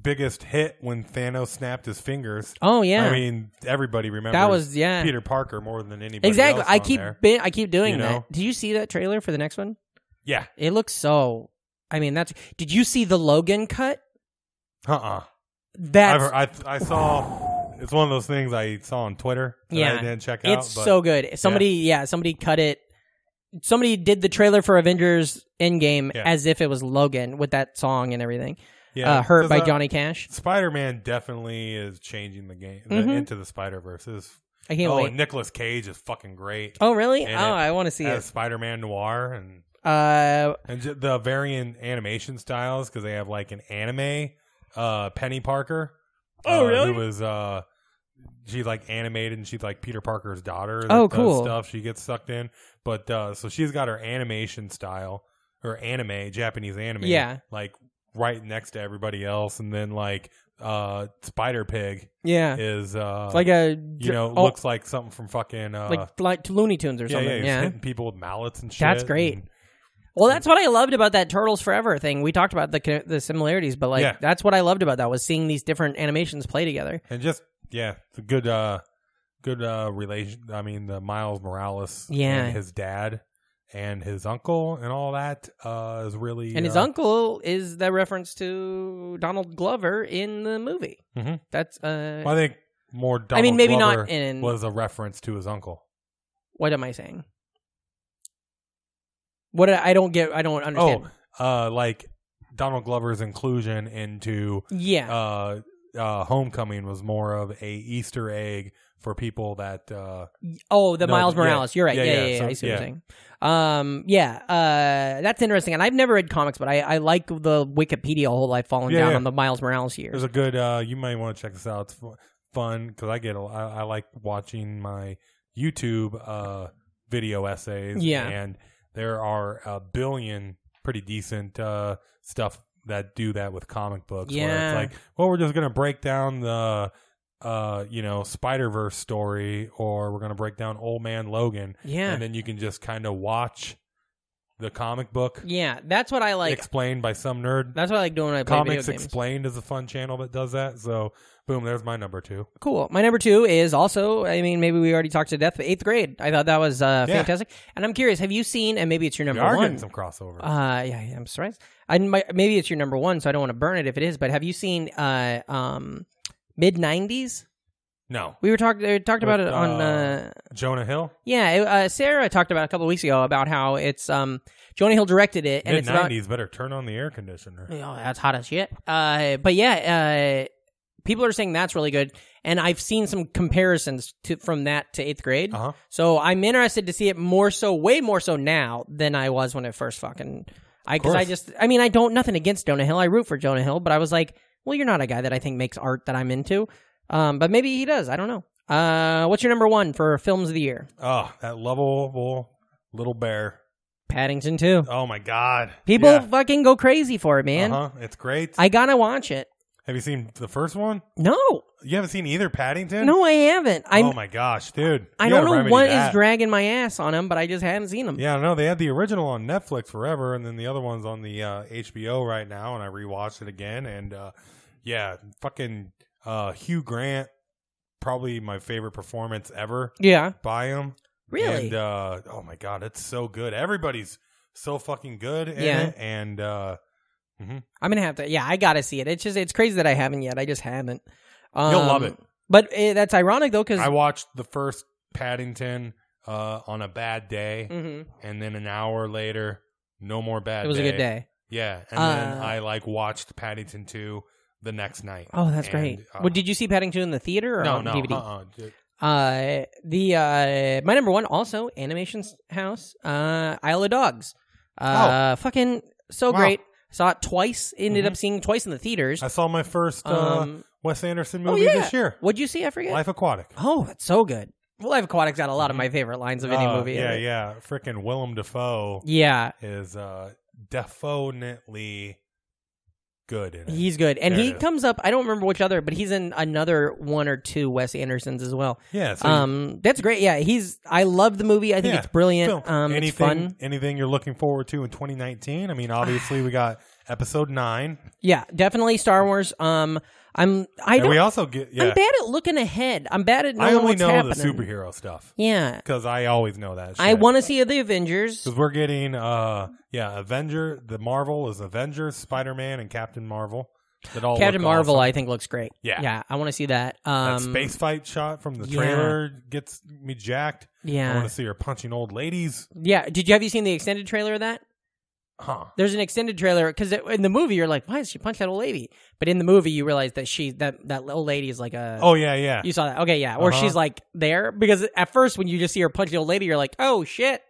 biggest hit when Thanos snapped his fingers.
oh yeah.
I mean, everybody remembers
was- yeah.
Peter Parker more than anybody.
exactly.
else
I
on
keep
there.
been, I keep doing
You know?
that. Did you see that trailer for the next one?
yeah.
It looks so. I mean, that's. Did you see the Logan cut?
Uh uh
That's.
I've, I, I saw it's one of those things I saw on Twitter. That
Yeah.
I didn't check out.
it's
but
so uh, good. Somebody, yeah. somebody cut it. Somebody did the trailer for Avengers Endgame
Yeah.
as if it was Logan with that song and everything.
yeah,
uh, hurt by
Johnny.
Johnny Cash.
Spider Man definitely is changing the game the-
Mhm.
into the Spider Verse. Oh,
I can't wait.
and Nicolas Cage is fucking great
oh really? Oh,
and it
I want to see
as Spider Man Noir and
it. Uh,
and ju- the varying animation styles because they have like an anime uh, Penny Parker.
Oh,
uh,
really?
Who was uh, she's like animated and she's like Peter Parker's daughter. that
Oh,
does
cool.
Stuff she gets sucked in, but uh, so she's got her animation style or anime Japanese anime.
Yeah.
like right next to everybody else, and then like uh, Spider Pig
yeah.
is uh,
It's like a
you know
oh,
looks like something from fucking uh,
like like Looney Tunes or
yeah, yeah,
something.
he's
Yeah.
hitting people with mallets and shit.
That's great.
and
Well, that's what I loved about that Turtles Forever thing. We talked about the co- the similarities, but like
Yeah.
that's what I loved about that was seeing these different animations play together.
and just yeah, it's a good uh good uh relation I mean the Miles Morales
Yeah.
and his dad and his uncle and all that uh is really
And his
uh,
uncle is the reference to Donald Glover in the movie.
Mhm.
That's uh,
I think more Donald
I mean, maybe
Glover
not in.
was a reference to his uncle.
What am I saying? What I I don't get, I don't understand.
Oh, uh like Donald Glover's inclusion into
yeah,
uh uh Homecoming was more of a Easter egg for people that uh
Oh, the
No,
Miles
but yeah.
Morales. You're right. Yeah,
Yeah,
yeah, yeah.
yeah. So-
I see what
yeah.
you're saying. Um, yeah, uh, that's interesting. And I've never read comics, but I, I like the Wikipedia whole life falling
Yeah,
down
yeah.
on the Miles Morales here.
There's a good. Uh, you might want to check this out. It's fu- fun because I get. A, I, I like watching my YouTube uh, video essays.
Yeah.
and there are a billion pretty decent uh, stuff that do that with comic books. where
Yeah.
it's like, well, we're just gonna break down the. Uh, you know, Spider Verse story, or we're gonna break down Old Man Logan,
yeah,
and then you can just kind of watch the comic book
yeah. That's what I like.
explained by some nerd.
that's what I like doing when I play
Comics
video games.
Explained is a fun channel that does that. So, boom, there's my number two.
cool. My number two is also. I mean, maybe we already talked to death, but eighth grade. I thought that was uh,
Yeah.
fantastic. And I'm curious, have you seen? And maybe it's your
We
number
are
one.
getting some crossover.
Uh, yeah, yeah, I'm surprised. I mi- maybe it's your number one, so I don't want to burn it if it is. But have you seen uh um mid '90s?
no,
We were talking we talked about it
With,
on
uh,
uh,
Jonah Hill.
yeah. it- Uh, Sarah talked about it a couple of weeks ago about how it's um Jonah Hill directed it and
Mid
it's about
nineties. Better turn on the air conditioner.
oh, that's hot as shit. Uh, but yeah, uh, people are saying that's really good, and I've seen some comparisons to from that to eighth grade.
Uh huh.
So I'm interested to see it more so, way more so now than I was when it first fucking. I because I
course.
just, I mean, I don't nothing against Jonah Hill. I root for Jonah Hill, but I was like, well, you're not a guy that I think makes art that I'm into. Um, but maybe he does. I don't know. Uh, what's your number one for films of the year?
Oh, that lovable little bear.
Paddington Two.
Oh my God.
People fucking go crazy for it, man.
Uh huh. It's great.
I gotta watch it.
Have you seen the first one?
No,
You haven't seen either Paddington.
no, I haven't. I'm.
oh my gosh, dude.
I
You
don't
gotta
know
remedy
what is
that.
dragging my ass on him, but I just haven't seen him.
Yeah, I know. They had the original on Netflix forever, and then the other one's on the uh, HBO right now, and I rewatched it again. And uh, yeah, fucking uh, Hugh Grant, probably my favorite performance ever
Yeah.
by him.
Really?
And uh, oh my God, it's so good. Everybody's so fucking good in
Yeah.
it. And uh,
I'm gonna have to. Yeah, I gotta see it. It's just it's crazy that I haven't yet. I just haven't. Um,
love it.
But eh, that's ironic though, because
I watched the first Paddington uh, on a bad day, and then an hour later, no more bad
Mm-hmm. it was a good day.
Yeah, and then
Uh,
I like watched Paddington two the next night.
Oh, that's
And,
great.
uh,
well, did you see Paddington in the theater or um,
no,
on
no,
DVD?
Uh-uh. Ju-
Uh, the uh, my number one also Animations House, uh, Isle of Dogs. Uh, fucking so
Oh. Wow.
great. Saw it twice. Ended up seeing twice in the theaters.
I saw my first uh,
Um,
Wes Anderson
oh
movie
yeah.
this year,
What'd you see? I forget.
Life Aquatic.
Oh, that's so good. Well, Life Aquatic's got a lot of my favorite lines of any
Uh,
movie. in
Mm-hmm. Yeah,
it.
yeah. Freaking Willem Dafoe
yeah.
is uh, definitely good in it.
He's good, and
There
he
it is.
comes up. I don't remember which other, but he's in another one or two Wes Andersons as well.
yeah, so
Um, that's great. Yeah, he's. I love the movie. I think
yeah,
it's brilliant.
film.
Um,
anything,
it's fun.
Anything you're looking forward to in 2019? I mean, obviously we got episode nine,
Yeah, definitely Star Wars. Um, I'm. I
and
don't.
we also get. Yeah,
I'm bad at looking ahead. I'm bad at.
I
Knowing
only
what's
know
happening.
the superhero stuff.
Yeah,
because I always know that. Shit.
I want to see the Avengers.
because we're getting uh yeah Avenger. The Marvel is Avengers, Spider Man, and Captain Marvel. That all
Captain
look
Marvel,
awesome.
I think looks great.
Yeah.
yeah, I want to see that.
That
Um,
space fight shot from the
yeah.
trailer gets me jacked. I want
Yeah,
to see her punching old ladies.
yeah. Did you have you seen the extended trailer of that?
Huh.
there's an extended trailer because in the movie you're like, why does she punch that old lady? But in the movie you realize that she that that old lady is like a
Oh yeah, yeah.
you saw that okay yeah or
Uh-huh.
she's like there because at first when you just see her punch the old lady you're like oh shit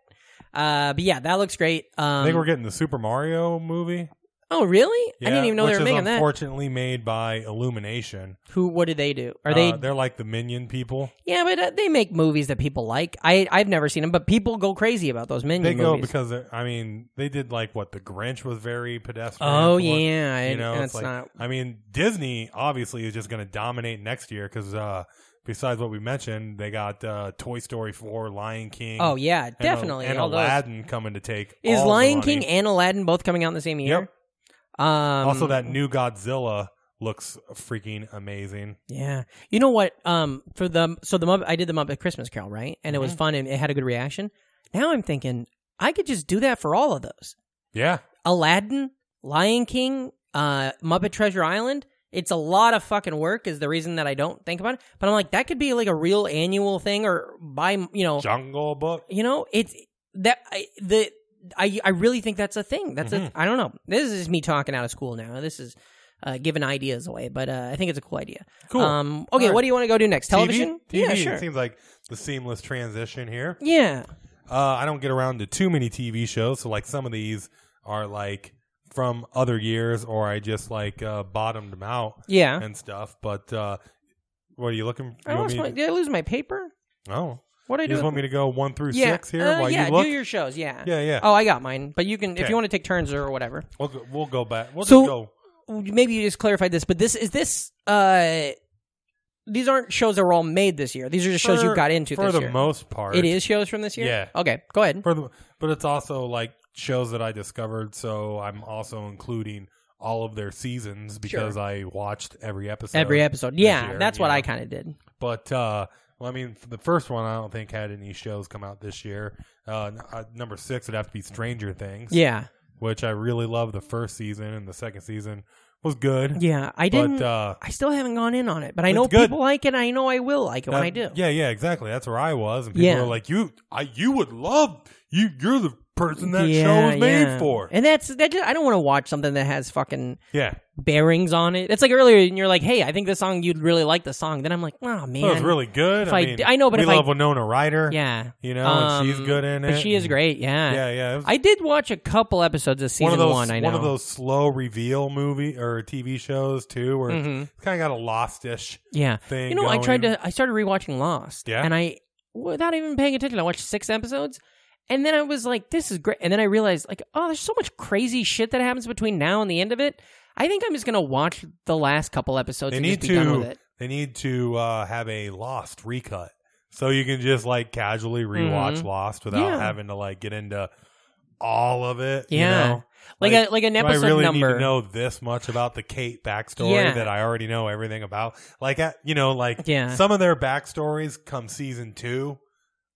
uh but yeah that looks great um
I think we're getting the Super Mario movie.
oh really I
Yeah,
didn't even know they
which
were
is
making that
Unfortunately, made by Illumination.
who what did they do are they
Uh, they're like the Minion people.
yeah but uh, they make movies that people like I I've never seen them but people go crazy about those minion
They go
movies
because they're- I mean they did like what the Grinch was very pedestrian.
oh
for one-
yeah I-
you know,
that's
it's like,
not
I mean, Disney obviously is just going to dominate next year because uh, besides what we mentioned, they got uh, Toy Story 4, Lion King.
Oh yeah,
and Al-
definitely.
And
all those.
Aladdin coming to take.
Is
all the
Lion
money.
King and Aladdin both coming out in the same year?
Yep.
Um,
also, that new Godzilla looks freaking amazing.
Yeah. You know what? Um, for the so the Muppet, I did the Muppet Christmas Carol, right? And it was fun and it had a good reaction. Now I'm thinking I could just do that for all of those.
Yeah.
Aladdin, Lion King, uh, Muppet Treasure Island. It's a lot of fucking work is the reason that I don't think about it. But I'm like, that could be like a real annual thing or by, you know,
Jungle Book.
you know, it's that I, the, I, I really think that's a thing. That's a,
Mm-hmm.
I don't know. This is me talking out of school now. This is uh, giving ideas away, but uh, I think it's a cool idea.
Cool.
Um, okay,
All right.
what do you want to go do next?
TV?
Television?
TV.
Yeah, sure.
It seems like the seamless transition here.
yeah.
Uh, I don't get around to too many TV shows, so like some of these are like from other years, or I just like uh, bottomed them out
Yeah.
and stuff. But uh, what are you looking?
I
you want
lost
me
my,
to-
did I lose my paper?
Oh,
What did I
you
do?
just
with-
want me to go one through
yeah.
six here
uh,
while
yeah,
you look?
do your shows. Yeah.
yeah, yeah.
Oh, I got mine. But you can, if
Okay.
you want to take turns or whatever.
We'll go, we'll go back. We'll
So-
just go.
Maybe you just clarified this, but this is this. uh These aren't shows that were all made this year. These are just shows
for-
you got into
for
this
the
year.
most part.
It is shows from this year.
Yeah.
Okay. Go ahead.
for the, but it's also like shows that I discovered. So I'm also including all of their seasons because I watched every episode.
Every episode.
this
Yeah.
year,
that's
you
what
know.
I kind of did.
But uh, well, I mean, f- the first one I don't think had any shows come out this year. Uh, n- uh, number six would have to be Stranger Things.
Yeah.
which I really loved the first season and the second season was good.
Yeah. I didn't.
but uh,
I still haven't gone in on it, but I
It's
know
good.
people like it. I know I will like it when
that-
Oh, I do.
Yeah, yeah, exactly. That's where I was, and people
Yeah.
were like, "You, I, you would love you. You're the person that
Yeah,
show was made
yeah.
for."
And that's that. Just, I don't want to watch something that has fucking
yeah,
bearings on it. It's like earlier, and you're like, "Hey, I think this song you'd really like the song." Then I'm like, "Oh man,
That was really good.
If
I,
I
mean,
d- I know, but
we
if I-
love Winona Ryder.
yeah."
you know,
Um,
and she's good in it.
But she is
and-
great. Yeah.
Yeah, yeah. It was
I did watch a couple episodes of season
one of those
I know.
one of those slow reveal movie or TV shows too, where
Mhm.
it's kind of got a lostish.
yeah.
thing
You know, I tried
going.
to. I started rewatching Lost.
Yeah?
And I, without even paying attention, I watched six episodes, and then I was like, "This is great." And then I realized, like, oh, there's so much crazy shit that happens between now and the end of it. I think I'm just gonna watch the last couple episodes
They
and
need
just be done with
to
it.
they need to uh, have a Lost recut, so you can just like casually rewatch
Mhm.
Lost without
Yeah.
having to like get into all of it. you
Yeah.
know?
Like,
Like,
a like an
Do I
episode
really
number.
need to know this much about the Kate backstory
Yeah.
that I already know everything about. Like, uh, you know, like
Yeah.
some of their backstories come season two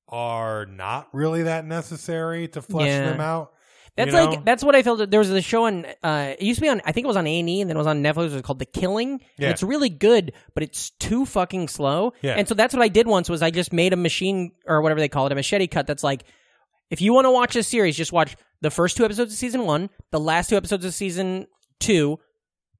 are not really that necessary to flesh
Yeah.
them out.
That's
you know?
like that's what I felt. There was a show on uh, it used to be on I think it was on A and E, and then it was on Netflix. It was called The Killing.
Yeah.
And it's really good, but it's too fucking slow.
Yeah.
And so that's what I did once was I just made a machine or whatever they call it a machete cut. That's like if you want to watch this series, just watch the first two episodes of season one, the last two episodes of season two,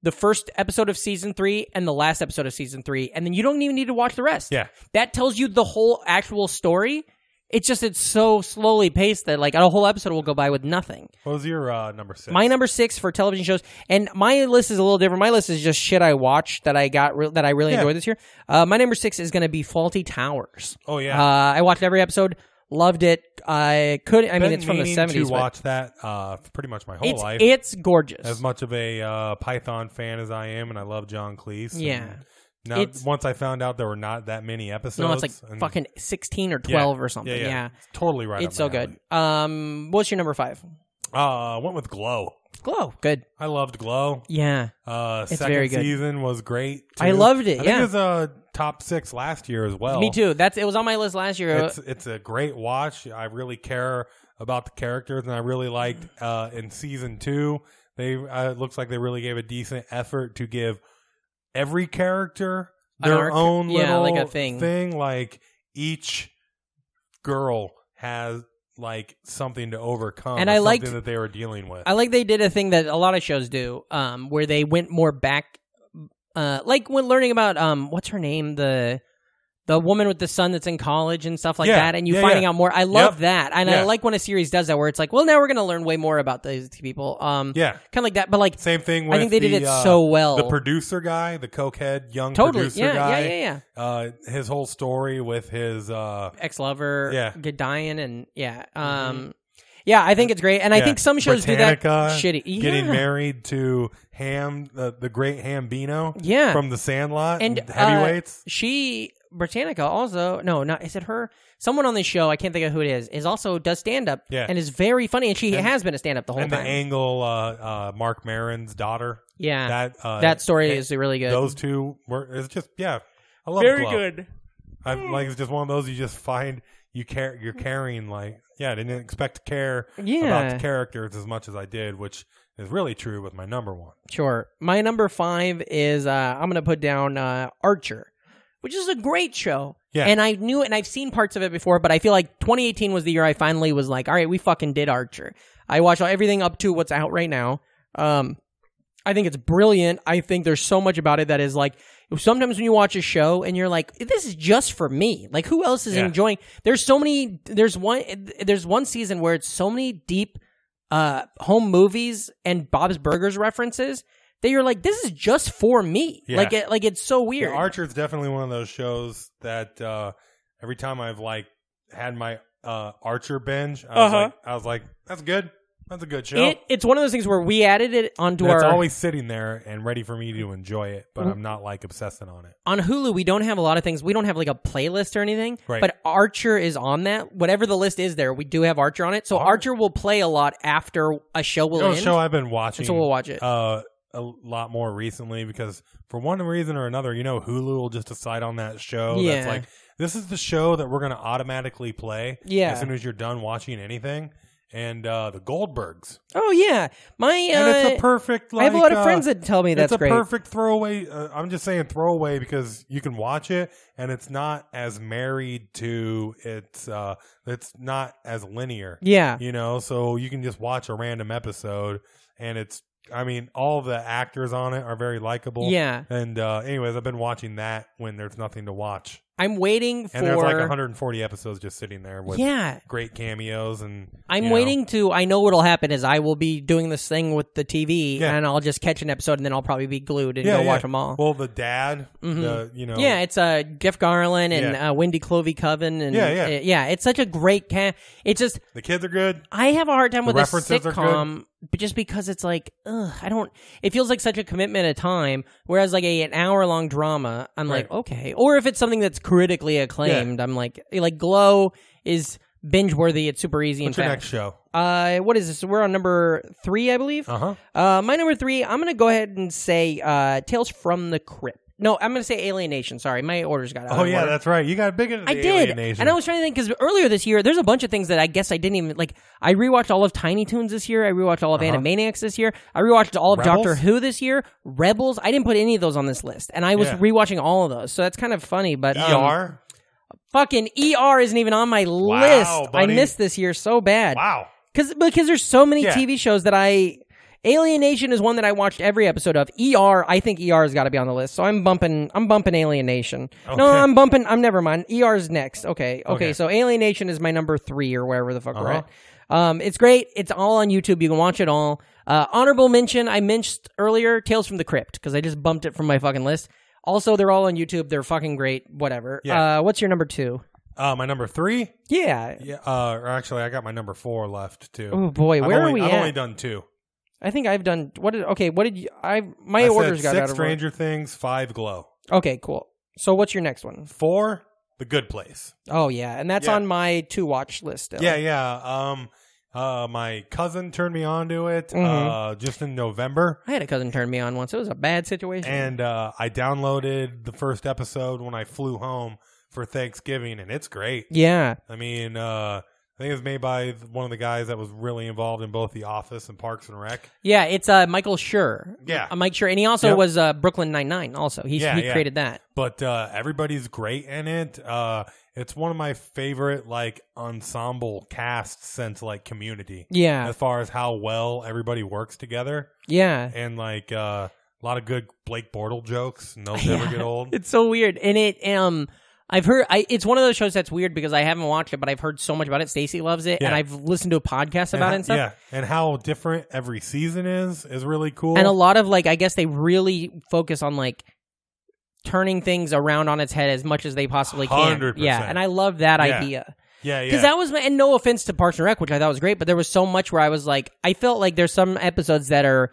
the first episode of season three, and the last episode of season three, and then you don't even need to watch the rest.
Yeah.
that tells you the whole actual story. It's just it's so slowly paced that like a whole episode will go by with nothing.
What was your uh, number six?
My number six for television shows, and my list is a little different. My list is just shit I watched that I got re- that I really
Yeah.
enjoyed this year. Uh, my number six is going to be Faulty Towers.
Oh, yeah.
uh, I watched every episode, loved it. I could, I mean, it's from the
To
seventies.
watch that uh, for pretty much my whole
It's
life.
it's gorgeous.
as much of a uh, Python fan as I am, and I love John Cleese. and
Yeah.
Now,
It's-
once I found out there were not that many episodes,
no, it's like
and-
fucking sixteen or
Yeah.
twelve or something. Yeah,
It's totally right.
it's so
up my
good. Um, what's your number five?
alley. Uh, went with Glow.
Glow. Good.
I loved Glow.
Yeah.
Uh,
It's
second
very good.
season was great.
I
too.
loved it,
I think
yeah.
it was uh, top six last year as well.
Me too. That's it was on my list last year.
It's it's a great watch. I really care about the characters, and I really liked uh, in season two. They uh, it looks like they really gave a decent effort to give every character
An
their
arc?
own
Yeah,
little
like a thing.
Like each girl has like something to overcome,
And
or
I liked-
something that they were dealing with.
I like they did a thing that a lot of shows do, um, where they went more back, uh, like when learning about um, what's her name, the the woman with the son that's in college and stuff like
Yeah,
that, and you
yeah,
finding
yeah.
out more. I love
Yep.
that, and I
Yeah.
like when a series does that, where it's like, well, now we're going to learn way more about these people. Um,
yeah,
kind of like that, but like
same thing. With
I think they did
the,
it
uh,
so well.
The producer guy, the cokehead young
totally,
producer
yeah,
guy,
yeah, yeah, yeah.
Uh, his whole story with his uh,
Ex lover,
Yeah.
dying, and yeah, um, yeah. I think it's great, and I
Yeah.
think some shows do that
Britannica
shitty. Yeah.
Getting married to Ham, the, the great Hambino
Yeah.
from the Sandlot
And, uh,
and heavyweights.
she Britannica also no, not is it her? Someone on this show, I can't think of who it is, is also does stand up
Yeah.
and is very funny and she has been a stand up the whole
and the
time.
angle, uh, uh, Mark Marin's daughter.
yeah. Ah, That,
That uh,
story
it-
is really good.
Those two were. It's just yeah. I love
Very
Glow.
good.
I like it's just one of those you just find you care you're carrying like yeah I didn't expect to care about
Yeah.
the characters as much as I did, which is really true with my number one.
Sure. My number five is uh, I'm going to put down uh, Archer, which is a great show.
Yeah.
And I knew and I've seen parts of it before, but I feel like 2018 was the year I finally was like, all right, we fucking did Archer. I watched everything up to what's out right now. Um, I think it's brilliant. I think there's so much about it that is like sometimes when you watch a show and you're like, this is just for me. Like who else is
Yeah.
enjoying? There's so many. There's one. There's one season where it's so many deep uh home movies and Bob's Burgers references that you're like, this is just for me.
Yeah.
Like it. Like it's so weird.
Yeah, Archer's definitely one of those shows that uh, every time I've like had my uh, Archer binge, I,
Uh-huh.
was like, I was like, that's good. That's a good show.
It, it's one of those things where we added it onto
And it's
our
always sitting there and ready for me to enjoy it,
Mm-hmm.
but I'm not like obsessing on it.
on Hulu, we don't have a lot of things. We don't have like a playlist or anything.
Right.
But Archer is on that. Whatever the list is there, we do have Archer on it. So Archer will play a lot after a show will
You know, a
end.
Oh, show I've been watching.
so we'll watch it.
Uh, a lot more recently because for one reason or another, you know, Hulu will just decide on that show.
Yeah.
That's like this is the show that we're going to automatically play.
Yeah.
As soon as you're done watching anything, and uh, the Goldbergs,
oh yeah, my. Uh,
and it's a perfect. Like,
I have a lot of
uh,
friends that tell me that's
it's a
great.
perfect throwaway. Uh, I'm just saying throwaway because you can watch it and it's not as married to it's. Uh, it's not as linear.
yeah.
You know, so you can just watch a random episode and it's. I mean, all the actors on it are very likable.
Yeah.
And uh, anyways, I've been watching that when there's nothing to watch,
I'm waiting for.
and there's like 140 episodes just sitting there with
yeah.
great cameos and.
I'm
you know,
waiting to. I know what'll happen is I will be doing this thing with the TV,
Yeah.
and I'll just catch an episode, and then I'll probably be glued and
Yeah,
go
yeah.
watch them all. Mm-hmm.
Well, the dad, the you know,
Yeah, it's uh, Jeff Garland and
Yeah.
uh, Wendy Clovey Coven, and
Yeah, yeah.
uh, yeah. It's such a great cast. It's just
the kids are good.
I have a hard time with a
references are good.
sitcom, but just because it's like, ugh, I don't. It feels like such a commitment of time. Whereas like a, an hour long drama, I'm like,
Right.
okay. Or if it's something that's critically acclaimed, I'm like, like Glow is binge worthy. It's super easy
What's
and
your
fast.
next show?
Uh, what is this? We're on number three, I believe.
Uh huh.
Uh, my number three, I'm gonna go ahead and say uh, Tales from the Crypt. No, I'm gonna say Alienation. Sorry, my orders got out.
Oh
of
yeah,
order.
that's right. You got big into the
I did,
alienation.
and I was trying to think because earlier this year, there's a bunch of things that I guess I didn't even like. I rewatched all of Tiny Toons this year. I rewatched all of Animaniacs this year. I rewatched all of
Uh-huh. Rebels?
Doctor Who this year. Rebels. I didn't put any of those on this list, and I was
Yeah.
rewatching all of those. So that's kind of funny. But um,
ER.
fucking ER isn't even on my list. I
buddy.
missed this year so bad.
Wow.
Cause, because there's so many
Yeah.
TV shows that I. Alienation is one that I watched every episode of. ER, I think ER has got to be on the list. So I'm bumping, I'm bumping Alienation. No,
Okay.
I'm bumping. I'm never mind. ER's next. Okay, okay.
Okay.
So Alienation is my number three or wherever the fuck we're
Uh-huh.
at. Um, it's great. It's all on YouTube. You can watch it all. Uh, honorable mention. I mentioned earlier Tales from the Crypt because I just bumped it from my fucking list. Also, they're all on YouTube. They're fucking great. Whatever.
Yeah.
Uh, what's your number two?
Uh, my number three.
Yeah.
Yeah. Uh, or actually, I got my number four left too.
Oh boy,
I've
where
only,
are we
I've
at?
only done two.
I think I've done what did okay, what did you I my
I said
orders got
six
out of order.
Stranger Things, five Glow,
Okay, cool. So what's your next one?
four The Good Place.
Oh yeah, and that's
Yeah.
on my to watch list still.
Yeah, yeah. Um, uh, my cousin turned me on to it
Mhm.
uh, just in November.
I had a cousin turn me on once. It was a bad situation.
and uh, I downloaded the first episode when I flew home for Thanksgiving, and it's great.
yeah.
I mean, uh, I think it was made by th- one of the guys that was really involved in both The Office and Parks and Rec.
Yeah, it's uh Michael Schur.
Yeah.
Uh, Mike Schur. And he also
Yep.
was uh Brooklyn Nine Nine also. He
Yeah,
he
yeah.
created that.
But uh, everybody's great in it. Uh, it's one of my favorite like ensemble casts since like Community,
Yeah.
as far as how well everybody works together,
yeah.
and like uh, a lot of good Blake Bortle jokes, and they'll
Yeah.
never get old.
It's so weird. And it um I've heard I, it's one of those shows that's weird because I haven't watched it, but I've heard so much about it. Stacy loves it, and
Yeah.
I've listened to a podcast about it and
ho-
stuff.
Yeah, and how different every season is is really cool.
and a lot of like i guess they really focus on like turning things around on its head as much as they possibly can
100%.
yeah and i love that
Yeah.
idea
yeah, yeah.
because that was my and no offense to parks and rec which i thought was great but there was so much where i was like i felt like there's some episodes that are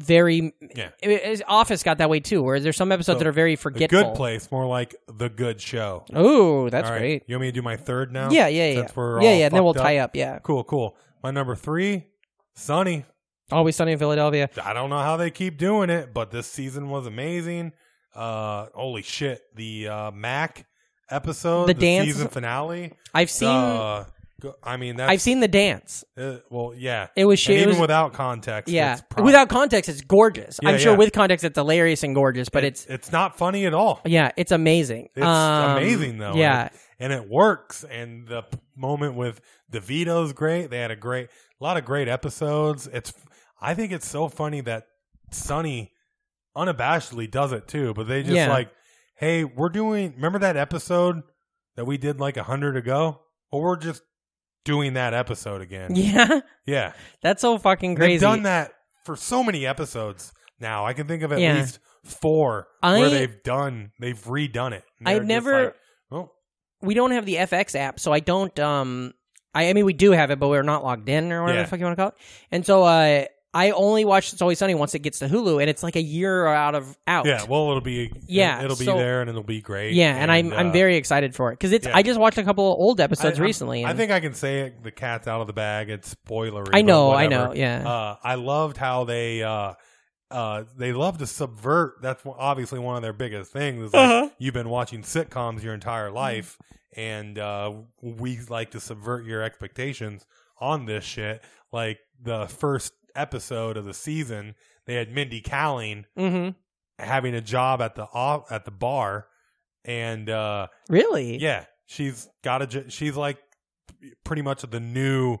very.
Yeah.
it- it's- Office got that way too, where there's some episodes
So,
that are very
The
forgetful.
good place, more like the good show.
Oh, that's
All right.
great.
You want me to do my third now?
Yeah, yeah, yeah.
Since we're
yeah,
all
yeah. and then we'll
fucked
tie up. Yeah.
Cool, cool. My number three, Sunny.
Always Sunny in Philadelphia.
I don't know how they keep doing it, but this season was amazing. Uh, holy shit, the uh, Mac episode,
The dance-
season finale.
I've seen.
uh, go- I mean, that's,
I've seen the dance.
Uh, well, yeah,
It was
and
shit.
even without context,
yeah.
it's pro-
Without context, it's gorgeous.
Yeah,
I'm sure
yeah.
with context, it's hilarious and gorgeous, but it's
it's not funny at all.
yeah, it's amazing.
It's
Um,
amazing though.
Yeah,
and it, and it works. And the p- moment with DeVito's great. They had a great, a lot of great episodes. It's, I think it's so funny that Sonny unabashedly does it too. But they just
Yeah.
like, hey, we're doing. Remember that episode that we did like a hundred ago? Well, we're just doing that episode again.
yeah.
Yeah.
That's so fucking
And
crazy.
They've done that for so many episodes now. I can think of at
Yeah.
least four
I-
where they've done, they've redone it. And
I
they're just
never-
like, oh,
we don't have the FX app, so I don't. Um, I, I mean, we do have it, but we're not logged in or whatever
Yeah.
the fuck you want to call it. And so, uh, I only watch It's Always Sunny once it gets to Hulu, and it's like a year out of out.
Yeah, well, it'll be
Yeah,
yeah, it'll be
so-
there and it'll be great.
yeah, and, I'm I'm
uh,
very excited for it because it's.
yeah.
I just watched a couple of old
I-
episodes
I'm-
recently.
I
and-
think I can say it. The cat's out of the bag. It's spoilery.
I
but
know, I
whatever.
know, yeah.
uh, I loved how they uh, uh, they love to subvert. That's one- obviously one of their biggest things. Is like
Uh-huh.
you've been watching sitcoms your
Mm-hmm.
entire life, and uh, we like to subvert your expectations on this shit. Like the first episode of the season, they had Mindy Kaling
Mhm.
having a job at the off, at the bar, and uh,
Really?
yeah, she's got a j- she's like pretty much the new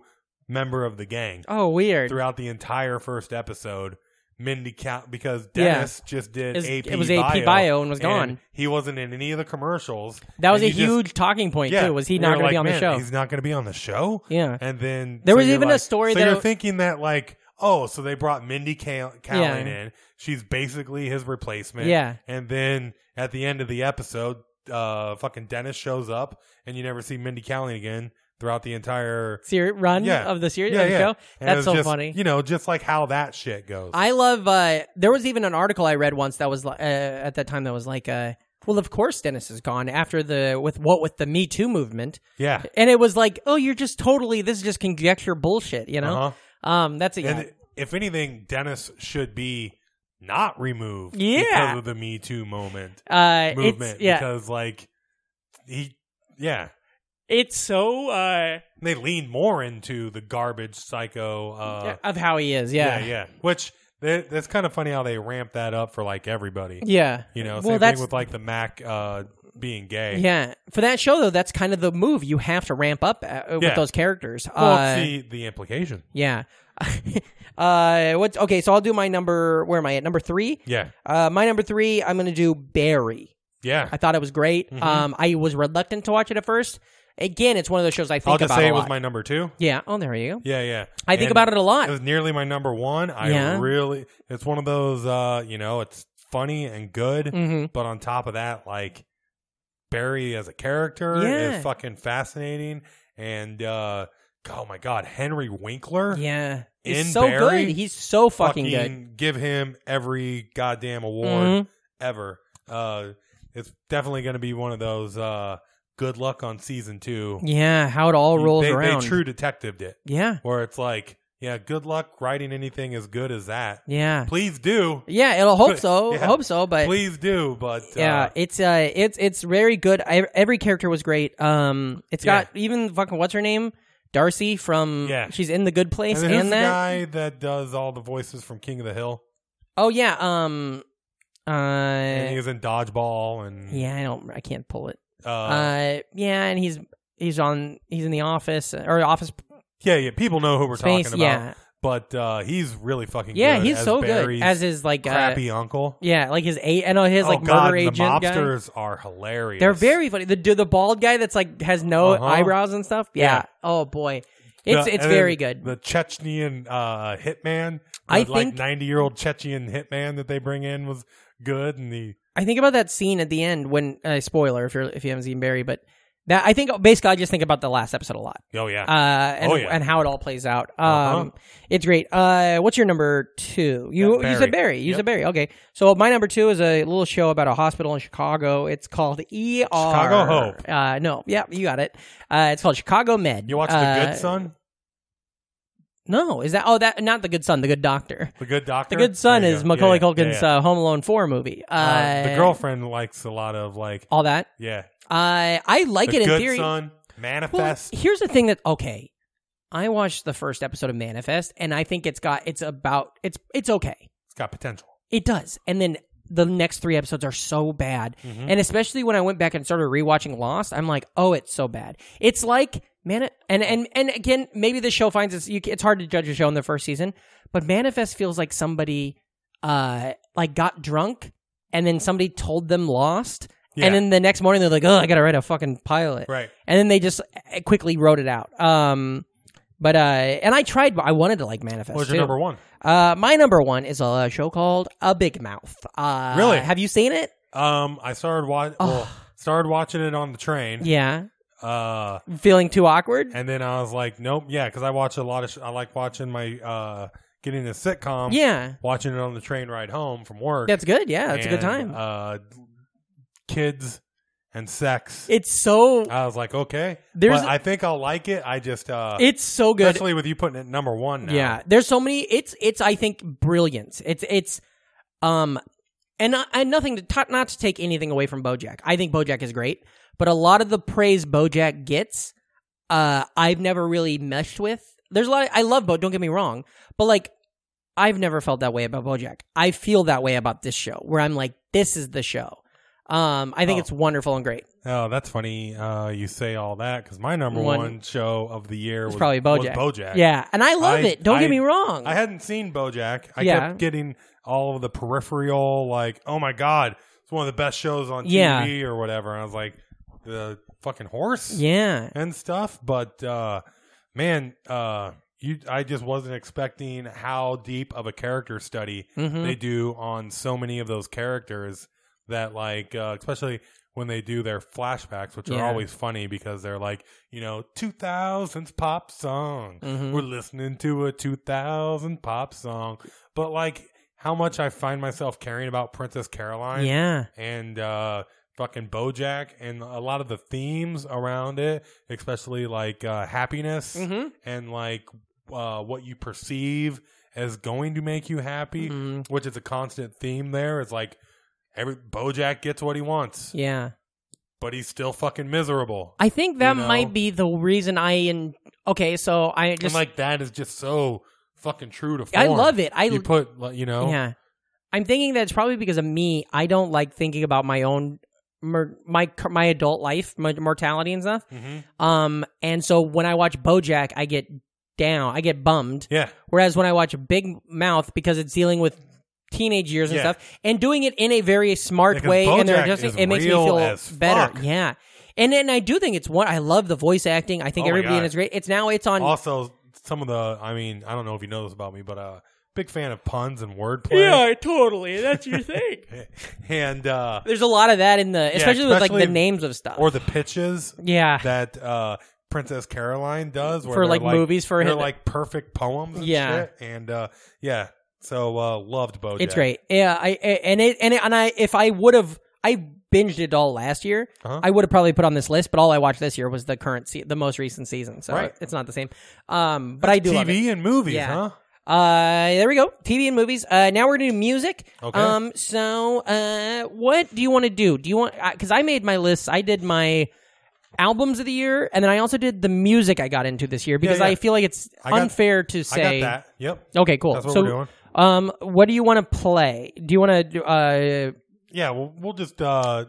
member of the gang
Oh, weird.
throughout the entire first episode. Mindy count because Dennis just did
It's-
AP.
it was AP bio and was gone.
he wasn't in any of the commercials.
That was
and
a
you just-
huge talking point
yeah,
too. Was he
and
not
you're
going to
like,
be on the
"Man,
show?
He's not going to be on the show.
Yeah.
And then
There was
you're
even a
like-
story
so
that-
you're thinking that like, oh, so they brought Mindy Cal- Kaling
Yeah.
in. She's basically his replacement.
Yeah.
And then at the end of the episode, uh, fucking Dennis shows up, and you never see Mindy Kaling again throughout the entire.
Seri- run
Yeah.
of the series
Yeah,
of the
yeah.
show.
And it
That's
was
so
just,
funny.
You know, just like how that shit goes.
I love. Uh, there was even an article I read once that was li- uh, at that time that was like, uh, well, of course Dennis is gone after the with what with the Me Too movement,
yeah.
and it was like, oh, you're just totally this is just conjecture bullshit, you know. Um, that's a yeah.
Uh-huh. And if anything, Dennis should be not removed
Yeah.
because of the Me Too moment
uh,
movement.
It's, yeah,
Because like he, yeah,
it's so uh,
they lean more into the garbage psycho. Uh,
of how he is. Yeah,
yeah. yeah, Which they, that's kind of funny how they ramp that up for like everybody.
Yeah.
You know,
Well,
same
that's-
thing with like the Mac uh, being gay.
Yeah. For that show though, that's kind of the move. You have to ramp up uh, with
Yeah.
those characters.
Well,
uh,
see the implication.
Yeah. uh, what's okay? So I'll do my number. Where am I at? Number three.
Yeah,
Uh, my number three, I'm gonna do Barry.
yeah.
I thought it was great.
Mm-hmm.
Um, I was reluctant to watch it at first. Again, it's one of those shows I think
I'll just
about
say
a
it
lot.
was my number two.
yeah. Oh, there you go.
Yeah, yeah.
I think about it a lot.
It was nearly my number one. I
Yeah.
really, it's one of those, uh, you know, it's funny and good,
Mhm.
but on top of that, like Barry as a character
Yeah.
is fucking fascinating. And uh, oh my god, Henry Winkler,
Yeah, he's
In
so
Barry?
good. He's so fucking, good.
give him every goddamn award
Mhm.
ever. Uh, it's definitely going to be one of those. Uh, good luck on season two.
Yeah, how it all rolls
they,
around.
They True Detectived it,
Yeah,
where it's like, yeah, good luck writing anything as good as that.
yeah,
Please do.
yeah. It'll hope so.
Yeah.
Hope so. But
Please do, but uh,
yeah, it's uh, it's it's very good. I, every character was great. Um, it's
Yeah.
got even fucking what's her name, Darcy from.
Yeah.
she's in the Good Place
and
and,
who's the
that.
guy that does all the voices from King of the Hill?
Oh yeah. Um. Uh.
and he was in Dodgeball and
Yeah, I don't. I can't pull it.
uh,
Uh, yeah, and he's he's on he's in the office uh, or office
yeah, yeah. People know who we're
space.
talking about,
Yeah,
but uh, he's really fucking
yeah,
good
he's
as
so
Barry's
good as his like uh,
crappy uncle.
yeah, like his eight. I know his
oh
like
God,
murder
and the
agent guy.
mobsters are hilarious.
They're very funny. The dude, the bald guy that's like has no
Uh-huh.
eyebrows and stuff. Yeah.
Yeah.
Oh boy, it's
The-
it's
and then
very good.
The Chechnyan uh, hitman,
I
the, like
think-
ninety year old Chechen hitman that they bring in was good, and the
I think about that scene at the end when uh, spoiler if you're if you haven't seen Barry, but Now, I think basically I just think about the last episode a lot.
Oh yeah.
Uh, and,
Oh, yeah.
and how it all plays out. Um,
Uh-huh.
It's great. Uh, what's your number two? You,
Yeah,
you said
Barry.
Barry. You
Yep.
said Barry. Okay. So my number two is a little show about a hospital in Chicago. It's called ER. Chicago
Hope.
Uh, no. Yeah, you got it. Uh, it's called Chicago Med.
you watch
Uh,
The Good Son?
No. Is that? Oh, that not the Good Son. The Good Doctor.
The Good Doctor?
The Good Son
There you
is
go.
Macaulay
Yeah, yeah,
Culkin's
yeah,
Uh, Home Alone four movie. Uh,
yeah. Uh, the girlfriend likes a lot of like
All that.
yeah.
I I like
the
it in
Good
theory.
Son,
Well,
Manifest.
here's the thing that okay, I watched the first episode of Manifest, and I think it's got it's about it's it's okay.
it's got potential.
It does, and then the next three episodes are so bad,
Mm-hmm.
and especially when I went back and started rewatching Lost, I'm like, oh, it's so bad. It's like man, and and and again, maybe the show finds it's you, it's hard to judge a show in the first season, but Manifest feels like somebody uh like got drunk and then somebody told them Lost.
Yeah.
And then the next morning they're like, "Oh, I gotta write a fucking pilot."
Right.
and then they just uh, quickly wrote it out. Um, but uh, and I tried, but I wanted to like manifest.
What's
too.
your number one?
Uh, my number one is a show called A Big Mouth. Uh,
Really?
Have you seen it?
Um, I started watch. Well, started watching it on the train.
Yeah.
Uh,
Feeling too awkward?
and then I was like, nope, yeah, because I watch a lot of. Sh- I like watching my uh getting the sitcom.
Yeah,
watching it on the train ride home from work.
that's good. Yeah, that's a good
and,
time.
Uh, kids and sex.
it's so
I was like, okay,
There's-
but I think I'll like it. I just uh,
it's so good.
especially with you putting it number one now.
Yeah, there's so many. It's it's I think brilliant. It's it's um and not- and nothing to ta not to take anything away from BoJack. I think BoJack is great, but a lot of the praise BoJack gets, uh, I've never really meshed with. There's a lot. I love Bo. Don't get me wrong, but like. I've never felt that way about BoJack. I feel that way about this show, where I'm like, "This is the show." Um, I think
Oh.
it's wonderful and great.
Oh, that's funny. Uh, you say all that because my number
One-
one, show of the year was,
probably
was
BoJack.
BoJack.
Yeah, and I love
I-
it. Don't get
I-
me wrong.
I hadn't seen BoJack. I
Yeah.
kept getting all of the peripheral, like, oh my god, it's one of the best shows on
Yeah.
TV or whatever. And I was like, the fucking horse,
yeah,
and stuff. But uh, man, uh, you, I just wasn't expecting how deep of a character study
Mhm.
they do on so many of those characters. That like, uh, especially when they do their flashbacks, which
Yeah.
are always funny because they're like, you know, two thousands pop song.
Mhm.
We're listening to a two thousand pop song, but like. How much I find myself caring about Princess Caroline
yeah.
and uh, fucking BoJack, and a lot of the themes around it, especially like uh, happiness
Mhm.
and like uh, what you perceive as going to make you happy,
Mhm.
which is a constant theme. There is like every BoJack gets what he wants,
Yeah.
but he's still fucking miserable.
I think that
you know?
might be the reason I and okay, so I
and
just
like that is just so fucking true to form.
I love it. I
you put like, you know
yeah. I'm thinking that it's probably because of me. I don't like thinking about my own mor- my my adult life, my mortality and stuff.
Mhm.
Um, and so when I watch BoJack, I get down, I get bummed.
yeah.
Whereas when I watch Big Mouth, because it's dealing with teenage years and
Yeah.
stuff, and doing it in a very smart
Yeah, 'cause
way, and they're
BoJack
adjusting,
is
it makes me
real
feel
as
better.
fuck.
Yeah, and then I do think it's one. I love the voice acting. I think
Oh my
everybody in
God.
it's great. It's now it's on.
Also, some of the I mean I don't know if you know this about me, but uh, big fan of puns and wordplay.
totally. That's your thing.
and uh
There's a lot of that in the, especially, with like
especially-
the names of stuff.
or the pitches
yeah,
that uh Princess Caroline does where
For,
they're,
like, movies for
they're
him.
like perfect poems and
Yeah.
shit. And uh yeah. So uh loved Bojack.
it's great. Yeah, I I- and it and it, and I if I would have I binged it all last year,
Uh-huh.
I would have probably put on this list. But all I watched this year was the current, se- the most recent season, so
Right.
it's not the same. Um, but I do love it.
TV and movies,
Yeah.
huh?
Uh, there we go. TV and movies. Uh, now we're gonna do music.
Okay.
Um, so, uh, what do you want to do? Do you want? Because I made my list. I did my albums of the year, and then I also did the music I got into this year because
yeah.
I feel like it's
I got-
unfair to say.
I got that. Yep.
Okay, cool.
That's what
so,
we're doing.
um, what do you want to play? Do you want to? Uh,
Yeah, we'll, we'll just uh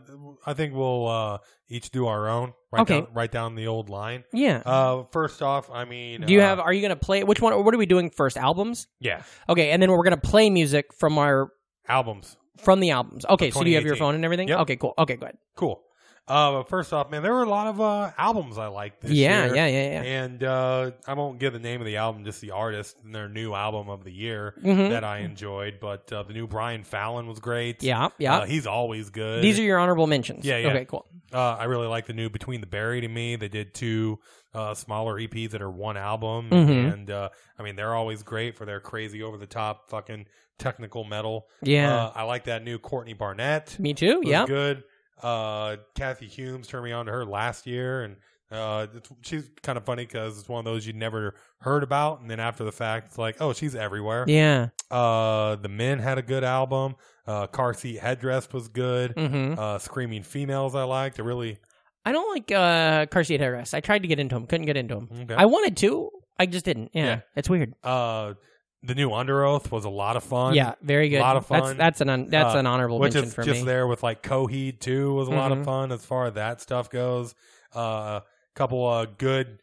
I think we'll uh each do our own. Write
Okay.
down write down the old line.
yeah.
Uh first off, I mean
do you
uh,
have? Are you gonna play? Which one? What are we doing first? Albums.
yeah,
Okay, and then we're gonna play music from our
albums.
from the albums. Okay, so do you have your
2018.
phone and everything?
Yep.
Okay, cool. Okay, good.
Cool. Uh, but first off, man, there were a lot of uh, albums I liked this
Yeah,
year.
yeah, yeah, yeah.
And uh, I won't give the name of the album, just the artist and their new album of the year
Mhm.
that I enjoyed. But uh, the new Brian Fallon was great.
Yeah, yeah.
Uh, he's always good.
These are your honorable mentions.
Yeah, yeah.
Okay, cool.
Uh, I really like the new Between the Buried and Me. They did two uh, smaller EPs that are one album,
Mhm.
and uh, I mean they're always great for their crazy over the top fucking technical metal.
Yeah.
uh, I like that new Courtney Barnett.
Me too.
was
Yeah.
good. Uh, Kathy Humes turned me on to her last year, and uh, it's, she's kind of funny because it's one of those you never heard about, and then after the fact, it's like, oh, she's everywhere.
Yeah.
Uh, the Men had a good album. Uh, Car Seat Headrest was good.
hmm
Uh, Screaming Females, I liked. I really
I don't like uh, car seat headrests. I tried to get into them, couldn't get into them.
Okay.
I wanted to, I just didn't. Yeah,
Yeah.
it's weird.
uh, the new Under Oath was a lot of fun.
Yeah, very good.
Lot of
That's
fun.
that's an un, that's
Uh,
an honorable
which
mention
is
for
just
me.
there with like Coheed too was a lot
Mhm.
of fun as far as that stuff goes. Uh, a couple uh, good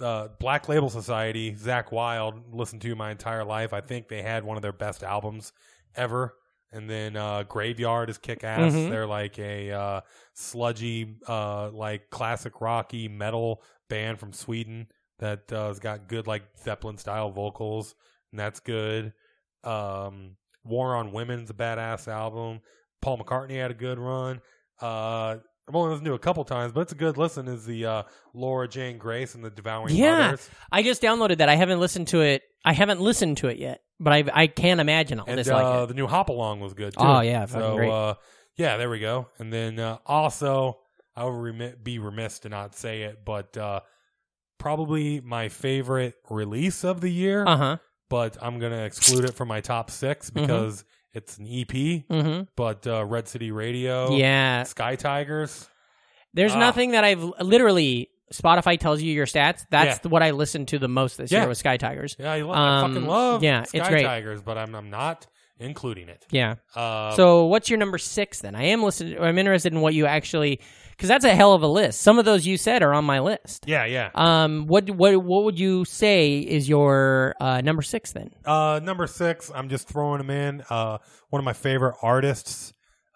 uh, Black Label Society, Zach Wild listened to my entire life. I think they had one of their best albums ever. And then uh, Graveyard is kick ass.
Mhm.
They're like a uh, sludgy, uh, like classic rocky metal band from Sweden that uh, has got good like Zeppelin style vocals, and that's good. Um, War on Women's a badass album. Paul McCartney had a good run. Uh, I've only listened to it a couple times, but it's a good listen. Is the uh, Laura Jane Grace and the Devouring
Yeah.
Mothers?
I just downloaded that. I haven't listened to it. I haven't listened to it yet, but I I can imagine I'll
and
dislike
uh,
it.
the new Hop Along was good too.
Oh, yeah, fucking
so
great.
Uh, yeah, there we go. And then uh, also, I would remi- be remiss to not say it, but uh, probably my favorite release of the year.
Uh huh.
But I'm gonna exclude it from my top six because it's an EP.
Mm-hmm.
But uh, Red City Radio,
yeah.
Sky Tigers.
There's
Ah.
nothing that I've literally Spotify tells you your stats. That's
Yeah.
the- what I listened to the most this
Yeah.
year was Sky Tigers.
Yeah, I, lo- I
Um,
fucking love
yeah, it's
Sky
great.
Tigers, but I'm I'm not including it.
Yeah.
Uh,
So what's your number six then? I am listed. I'm interested in what you actually because that's a hell of a list. Some of those you said are on my list.
yeah, yeah.
Um, what what what would you say is your uh, number six then?
Uh, number six, I'm just throwing him in. Uh, one of my favorite artists.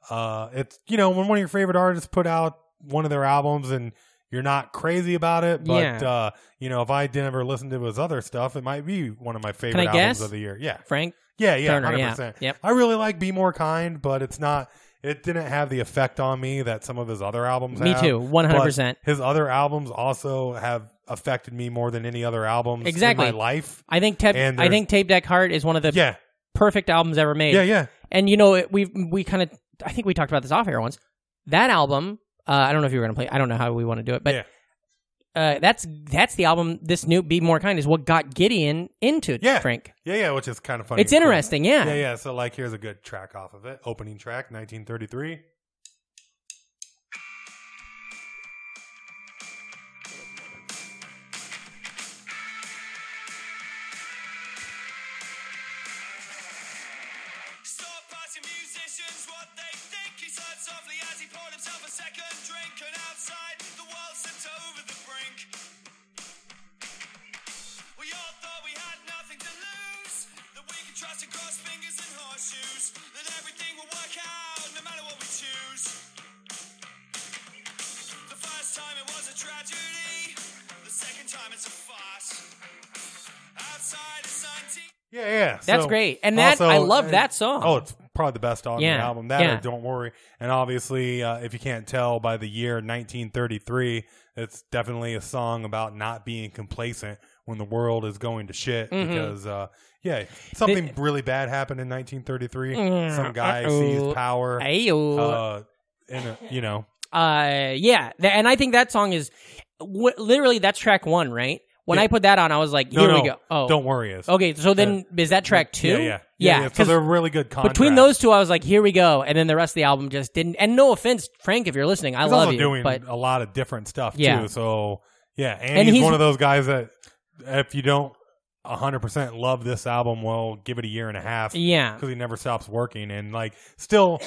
Uh, it's you know when one of your favorite artists put out one of their albums and you're not crazy about it, but
Yeah.
uh, you know if I didn't ever listen to his other stuff, it might be one of my favorite
I
albums
guess?
of the year. Yeah,
Frank
yeah, yeah,
Turner,
hundred
yeah.
percent.
Yep.
I really like "Be More Kind," but it's not. It didn't have the effect on me that some of his other albums.
Me
have,
too, 100%.
Um, but His other albums also have affected me more than any other albums
Exactly.
in my life.
I think Tep-
And
I
there's-
think Tape Deck Heart is one of the
Yeah,
perfect albums ever made.
yeah, yeah.
And you know, it, we've we kind of I think we talked about this off air once. That album, uh, I don't know if you were going to play. I don't know how we want to do it, but
Yeah.
uh, that's that's the album. This new "Be More Kind" is what got Gideon into
Yeah.
Frank.
Yeah, yeah, which is kind of funny.
It's interesting, yeah.
Yeah, yeah. So, like, here's a good track off of it. Opening track, 1933.
Stop asking musicians what they think. He sighed softly as he poured himself a second drink, and outside the world slipped over the brink. We all thought we had nothing to lose, that we could trust and cross fingers and horseshoes, that everything will work out no matter what we choose. The first time it was a tragedy, the second time it's a farce. Outside is 19.
Yeah, yeah.
That's
So,
great. And that- I love
uh,
that song.
Oh, it's probably the best song on
Yeah,
the album. That
yeah.
or Don't Worry. And obviously, uh, if you can't tell by the year 1933, it's definitely a song about not being complacent when the world is going to shit
Mm-hmm.
because uh, yeah something really bad happened in 1933
Mm,
some guy
uh-oh. oh.
sees power
Ayo.
uh in a, you know
uh yeah Th- and i think that song is w- literally that's track one right when
Yeah.
i put that on i was like
no
here
no
we go oh
don't worry is
okay so then is that track two
Yeah, yeah, yeah. yeah. So
'cause
they're really good contrast.
between those two i was like here we go and then the rest of the album just didn't and no offense frank if you're listening i
he's
love
also
you
doing
but
a lot of different stuff
Yeah.
too. So yeah, and,
And
he's,
he's-
one of those guys that if you don't hundred percent love this album, well, give it a year and a half.
Yeah.
because he never stops working and like still.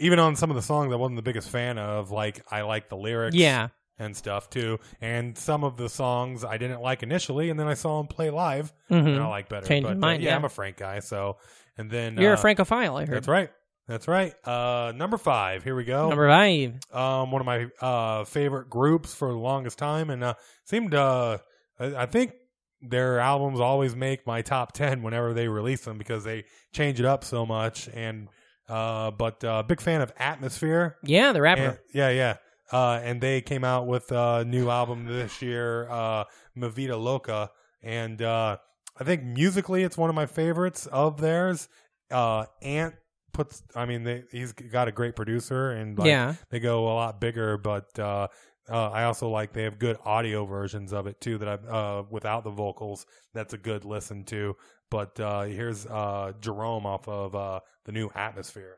Even on some of the songs I wasn't the biggest fan of, like I like the lyrics,
Yeah.
and stuff too. And some of the songs I didn't like initially, and then I saw him play live,
Mm-hmm.
and I like better.
Changed
but
your
uh,
mind, yeah.
I'm a Frank guy, so and then
you're
uh,
a francophile i heard
That's right. That's right. Uh, number five. Here we go.
Number five.
um, one of my uh, favorite groups for the longest time, and uh, seemed uh, I, I think their albums always make my top ten whenever they release them because they change it up so much. And uh, but uh, big fan of Atmosphere.
Yeah, the rapper.
And- yeah, yeah. Uh, and they came out with a new album this year, uh, Mavita Loca. And uh, I think musically, it's one of my favorites of theirs. Uh, Ant puts, I mean, they, he's got a great producer, and like,
yeah.
they go a lot bigger. But uh, uh, I also like they have good audio versions of it too that I've uh, without the vocals. That's a good listen to. But uh, here's uh, Jerome off of uh, the new Atmosphere.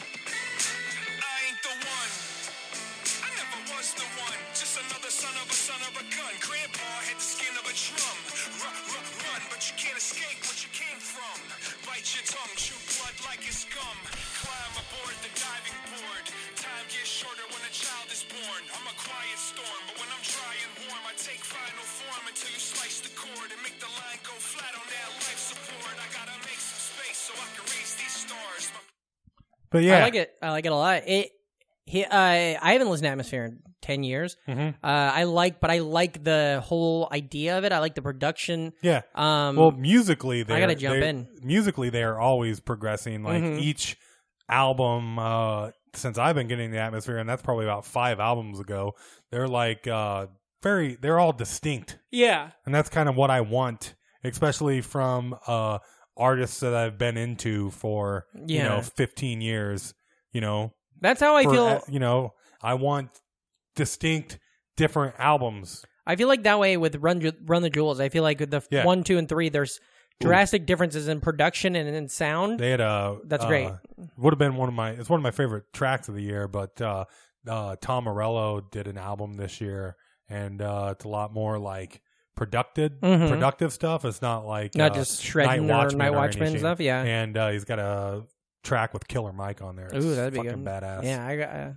I ain't the one. I never was the one. Just another son of a son of a gun. Grandpa had the skin of a drum. Run, run, run, but you can't escape what you came from. Bite your tongue, chew blood like it's gum. Climb aboard the diving board. Time gets shorter when a child is born. I'm a quiet storm, but when I'm dry and warm, I take final form until you slice the cord and make the line go flat on that life support. I gotta make some space so I can raise these stars. My
But yeah,
I like it. I like it a lot. It. He, uh, I haven't listened to Atmosphere in ten years. Uh,
Mhm.
I like, but I like the whole idea of it. I like the production.
Yeah.
Um,
well, musically, they
gotta jump
they-
in.
Musically, they are always progressing. Like
Mhm.
each album, uh, since I've been getting the atmosphere, and that's probably about five albums ago. They're like uh, very. They're all distinct,
yeah,
and that's kind of what I want, especially from uh, artists that I've been into for you
Yeah.
know fifteen years. You know,
that's how I
for,
feel.
uh, you know, I want distinct, different albums.
I feel like that way with Run Ju- Run the Jewels. I feel like with the f-
Yeah.
one, two, and three, there's drastic differences in production and in sound.
They had a
That's
uh,
great.
Would have been one of my it's one of my favorite tracks of the year, but uh, uh, Tom Morello did an album this year, and uh, it's a lot more like productive
Mhm.
productive stuff. It's not like
Not
uh,
just shredding
Night
or
Watchman
Night
or
Watchman
anything.
stuff, yeah.
and uh, he's got a track with Killer Mike on there. It's
Ooh, that'd be good.
fucking badass.
Yeah, I got. Uh,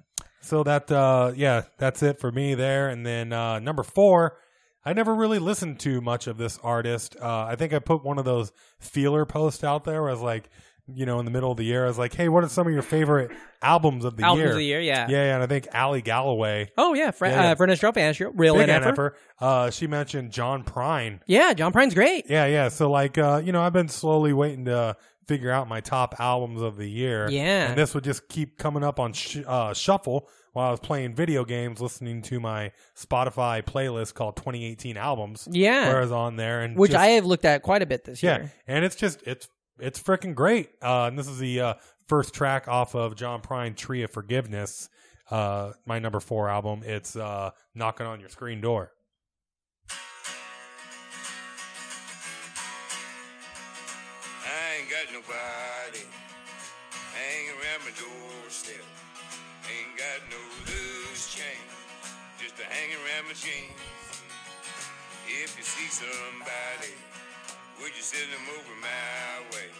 So that uh yeah, that's it for me there. And then uh number four, I never really listened to much of this artist. Uh I think I put one of those feeler posts out there where I was like, you know, in the middle of the year, I was like, Hey, what are some of your favorite albums of the
albums
year?
of the year. Yeah.
Yeah, yeah, and I think Allie Galloway
Oh yeah, Fre-
Yeah, yeah.
Uh, Furnace Trophy, real
big
in
Ann
effort.
Effer, uh she mentioned John Prine.
Yeah, John Prine's great.
Yeah, yeah. So like uh, you know, I've been slowly waiting to figure out my top albums of the year.
Yeah.
And this would just keep coming up on sh- uh, shuffle while I was playing video games, listening to my Spotify playlist called 2018 albums.
Yeah.
Whereas on there and
Which
just-
I have looked at quite a bit this
yeah,
year.
and it's just it's it's freaking great. Uh, and this is the uh, first track off of John Prine Tree of Forgiveness, uh, my number four album. It's uh, knocking on your screen door.
I ain't got nobody. I ain't around my doorstep. Ain't got no loose change. Just to hang around my jeans. If you see somebody, would you send them over my way?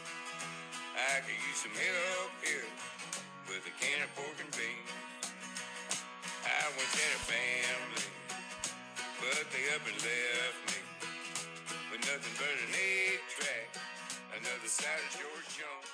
I could use some help here with a can of pork and beans. I once had a family, but they up and left me with nothing but an eight track. Another side of George Jones.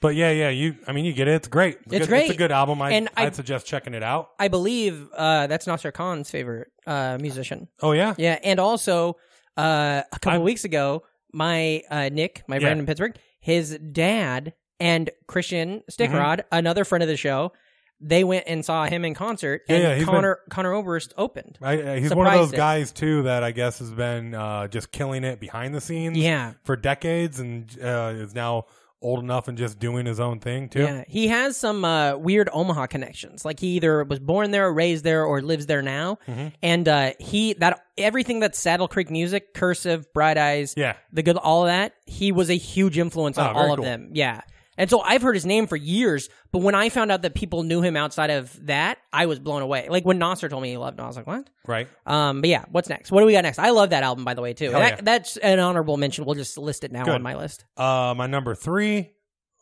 But yeah, yeah, you. I mean, you get it. It's great.
It's
good- It's a
great.
good album. I,
And I-
I'd suggest checking it out.
I believe uh, that's Nasser Khan's favorite uh, musician.
Oh yeah,
Yeah, and also uh, a couple weeks ago, my uh, Nick, my friend in Pittsburgh, his dad and Christian Stickrod,
Mm-hmm.
another friend of the show, they went and saw him in concert,
Yeah,
and
yeah, he's been-
Connor Connor Oberst opened.
I, I- he's one of
Surprised
those
it.
guys too that I guess has been uh, just killing it behind the scenes.
Yeah.
for decades, and uh, is now old enough and just doing his own thing too.
Yeah, he has some uh, weird Omaha connections. Like he either was born there, raised there, or lives there now.
Mm-hmm.
And uh, he that everything that's Saddle Creek music, cursive, bright eyes,
Yeah.
the good, all of that. He was a huge influence on
Oh, very
all of
cool.
them. Yeah. And so I've heard his name for years, but when I found out that people knew him outside of that, I was blown away. Like when Nasser told me he loved him, I was like, "What?"
Right.
Um, but yeah, what's next? What do we got next? I love that album, by the way, too. That,
yeah.
That's an honorable mention. We'll just list it now
Good.
on my list.
Uh, my number three,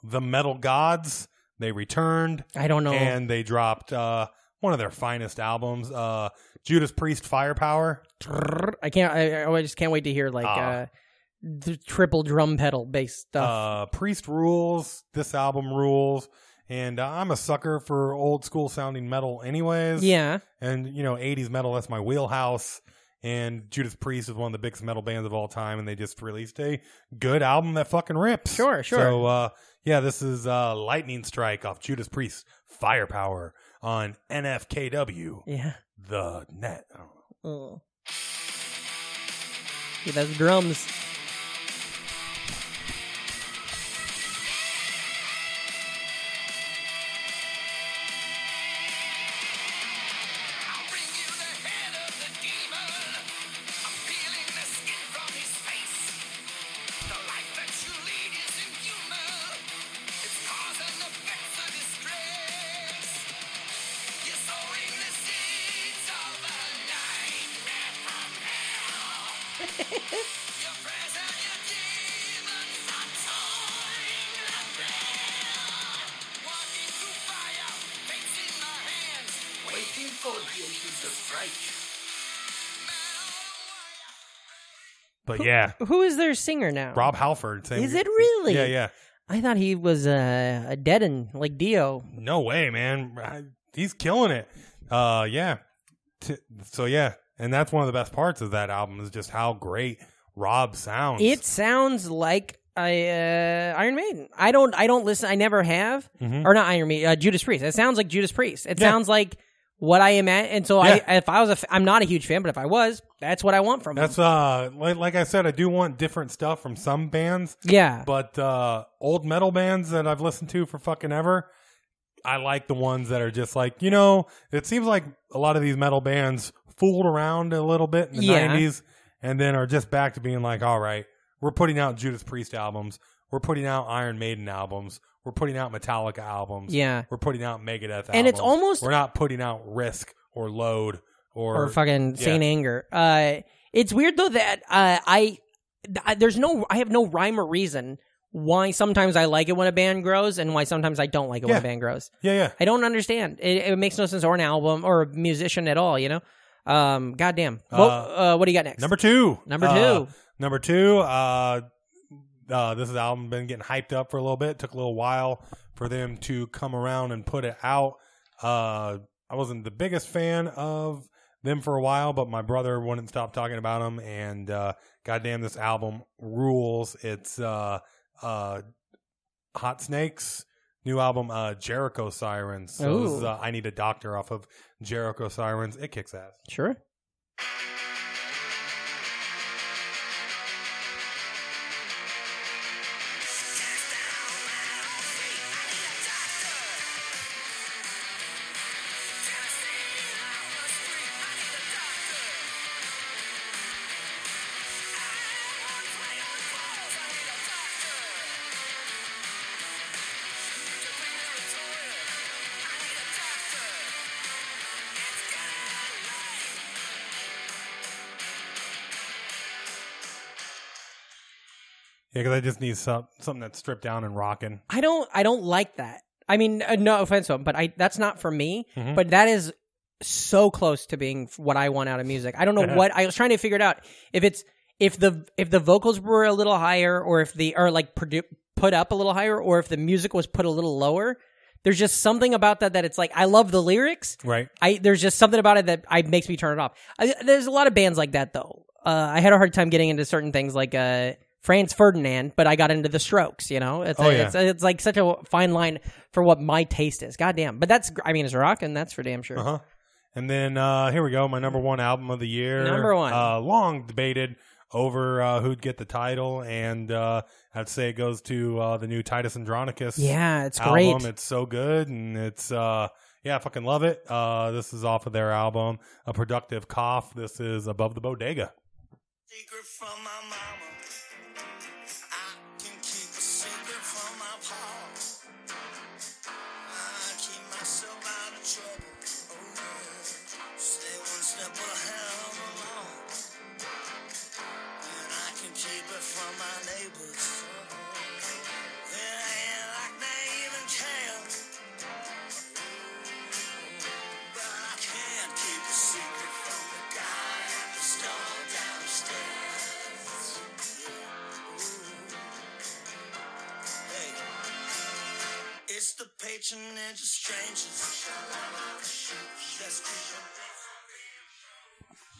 the Metal Gods. They returned
I don't know.
and they dropped uh, one of their finest albums, uh, Judas Priest Firepower.
I can't. I, I just can't wait to hear like uh,
Ah.
the triple drum pedal bass stuff.
Uh, Priest rules. This album rules. And uh, I'm a sucker for old school sounding metal, anyways.
yeah,
and you know 80s metal that's my wheelhouse and judas priest is one of the biggest metal bands of all time and they just released a good album that fucking rips
Sure, sure.
so uh, yeah this is uh, lightning strike off judas priest firepower on nfkw
yeah.
the net I don't know.
Oh. Yeah, those drums.
but yeah
Who is their singer now?
rob halford same-
Is it really?
yeah yeah
I thought he was uh, a dead end like Dio.
no way man I- he's killing it uh yeah T- so yeah and that's one of the best parts of that album is just how great rob sounds
It sounds like I, uh, Iron Maiden. I don't. I don't listen. I never have. Or not Iron Maiden. Uh, Judas Priest. It sounds like Judas Priest. It
Mm-hmm. Yeah.
sounds like what I am at. And so I,
Yeah.
if I was, a f- I'm not a huge fan, but if I was, that's what I want from
That's
them.
uh like, like I said, I do want different stuff from some bands,
yeah.
but uh old metal bands that I've listened to for fucking ever, I like the ones that are just like, you know, it seems like a lot of these metal bands fooled around a little bit in the
Yeah.
nineties and then are just back to being like, All right, we're putting out Judas Priest albums, we're putting out Iron Maiden albums, we're putting out Metallica albums,
Yeah.
we're putting out Megadeth albums.
And it's almost-
we're not putting out Risk or Load or,
or fucking
yeah.
Saint Anger. Uh, it's weird though that uh, I, th- I there's no I have no rhyme or reason why sometimes I like it when a band grows and why sometimes I don't like it when a
Yeah.
band grows.
Yeah, yeah.
I don't understand. It, it makes no sense or an album or a musician at all. You know. Um. Goddamn. What, uh, what do you got next?
Number two.
Number
Uh,
two.
number two. Uh, uh, this is album been getting hyped up for a little bit. Took a little while for them to come around and put it out. Uh, I wasn't the biggest fan of them for a while, but my brother wouldn't stop talking about them. And uh, goddamn, this album rules. It's uh, uh, Hot Snakes. New album, uh, Jericho Sirens. So this is,
Ooh.
uh, I need a doctor off of Jericho Sirens. It kicks ass.
Sure.
Yeah, because I just need some, something that's stripped down and rocking.
I don't. I don't like that. I mean, uh, no offense to him, but I that's not for me. But that is so close to being f- what I want out of music. I don't know what I was trying to figure it out. If it's if the if the vocals were a little higher, or if the or like produ- put up a little higher, or if the music was put a little lower. There's just something about that that it's like I love the lyrics.
Right.
I there's just something about it that I makes me turn it off. I, there's a lot of bands like that though. Uh, I had a hard time getting into certain things like uh, Franz Ferdinand, but I got into the Strokes. You know, it's
Oh, yeah.
it's, it's like such a fine line for what my taste is. Goddamn, but that's gr- I mean it's rock and that's for damn sure.
Uh-huh. And then uh, here we go, my number one album of the year.
Number one.
Uh, long debated over uh, who'd get the title, and uh, I'd say it goes to uh, the new Titus Andronicus.
Yeah, it's
album.
great.
It's so good, and it's uh, yeah, I fucking love it. Uh, this is off of their album, A Productive Cough. This is Above the Bodega.
secret from my mama. I can keep a secret from my pa. I keep myself out of trouble. Oh, yeah. Stay one step ahead of the law. And I can keep it from my neighbors. And I ain't like they even care. But I can't keep a secret from the guy in the store downstairs. Ooh. Hey. It's the patronage of strangers. That's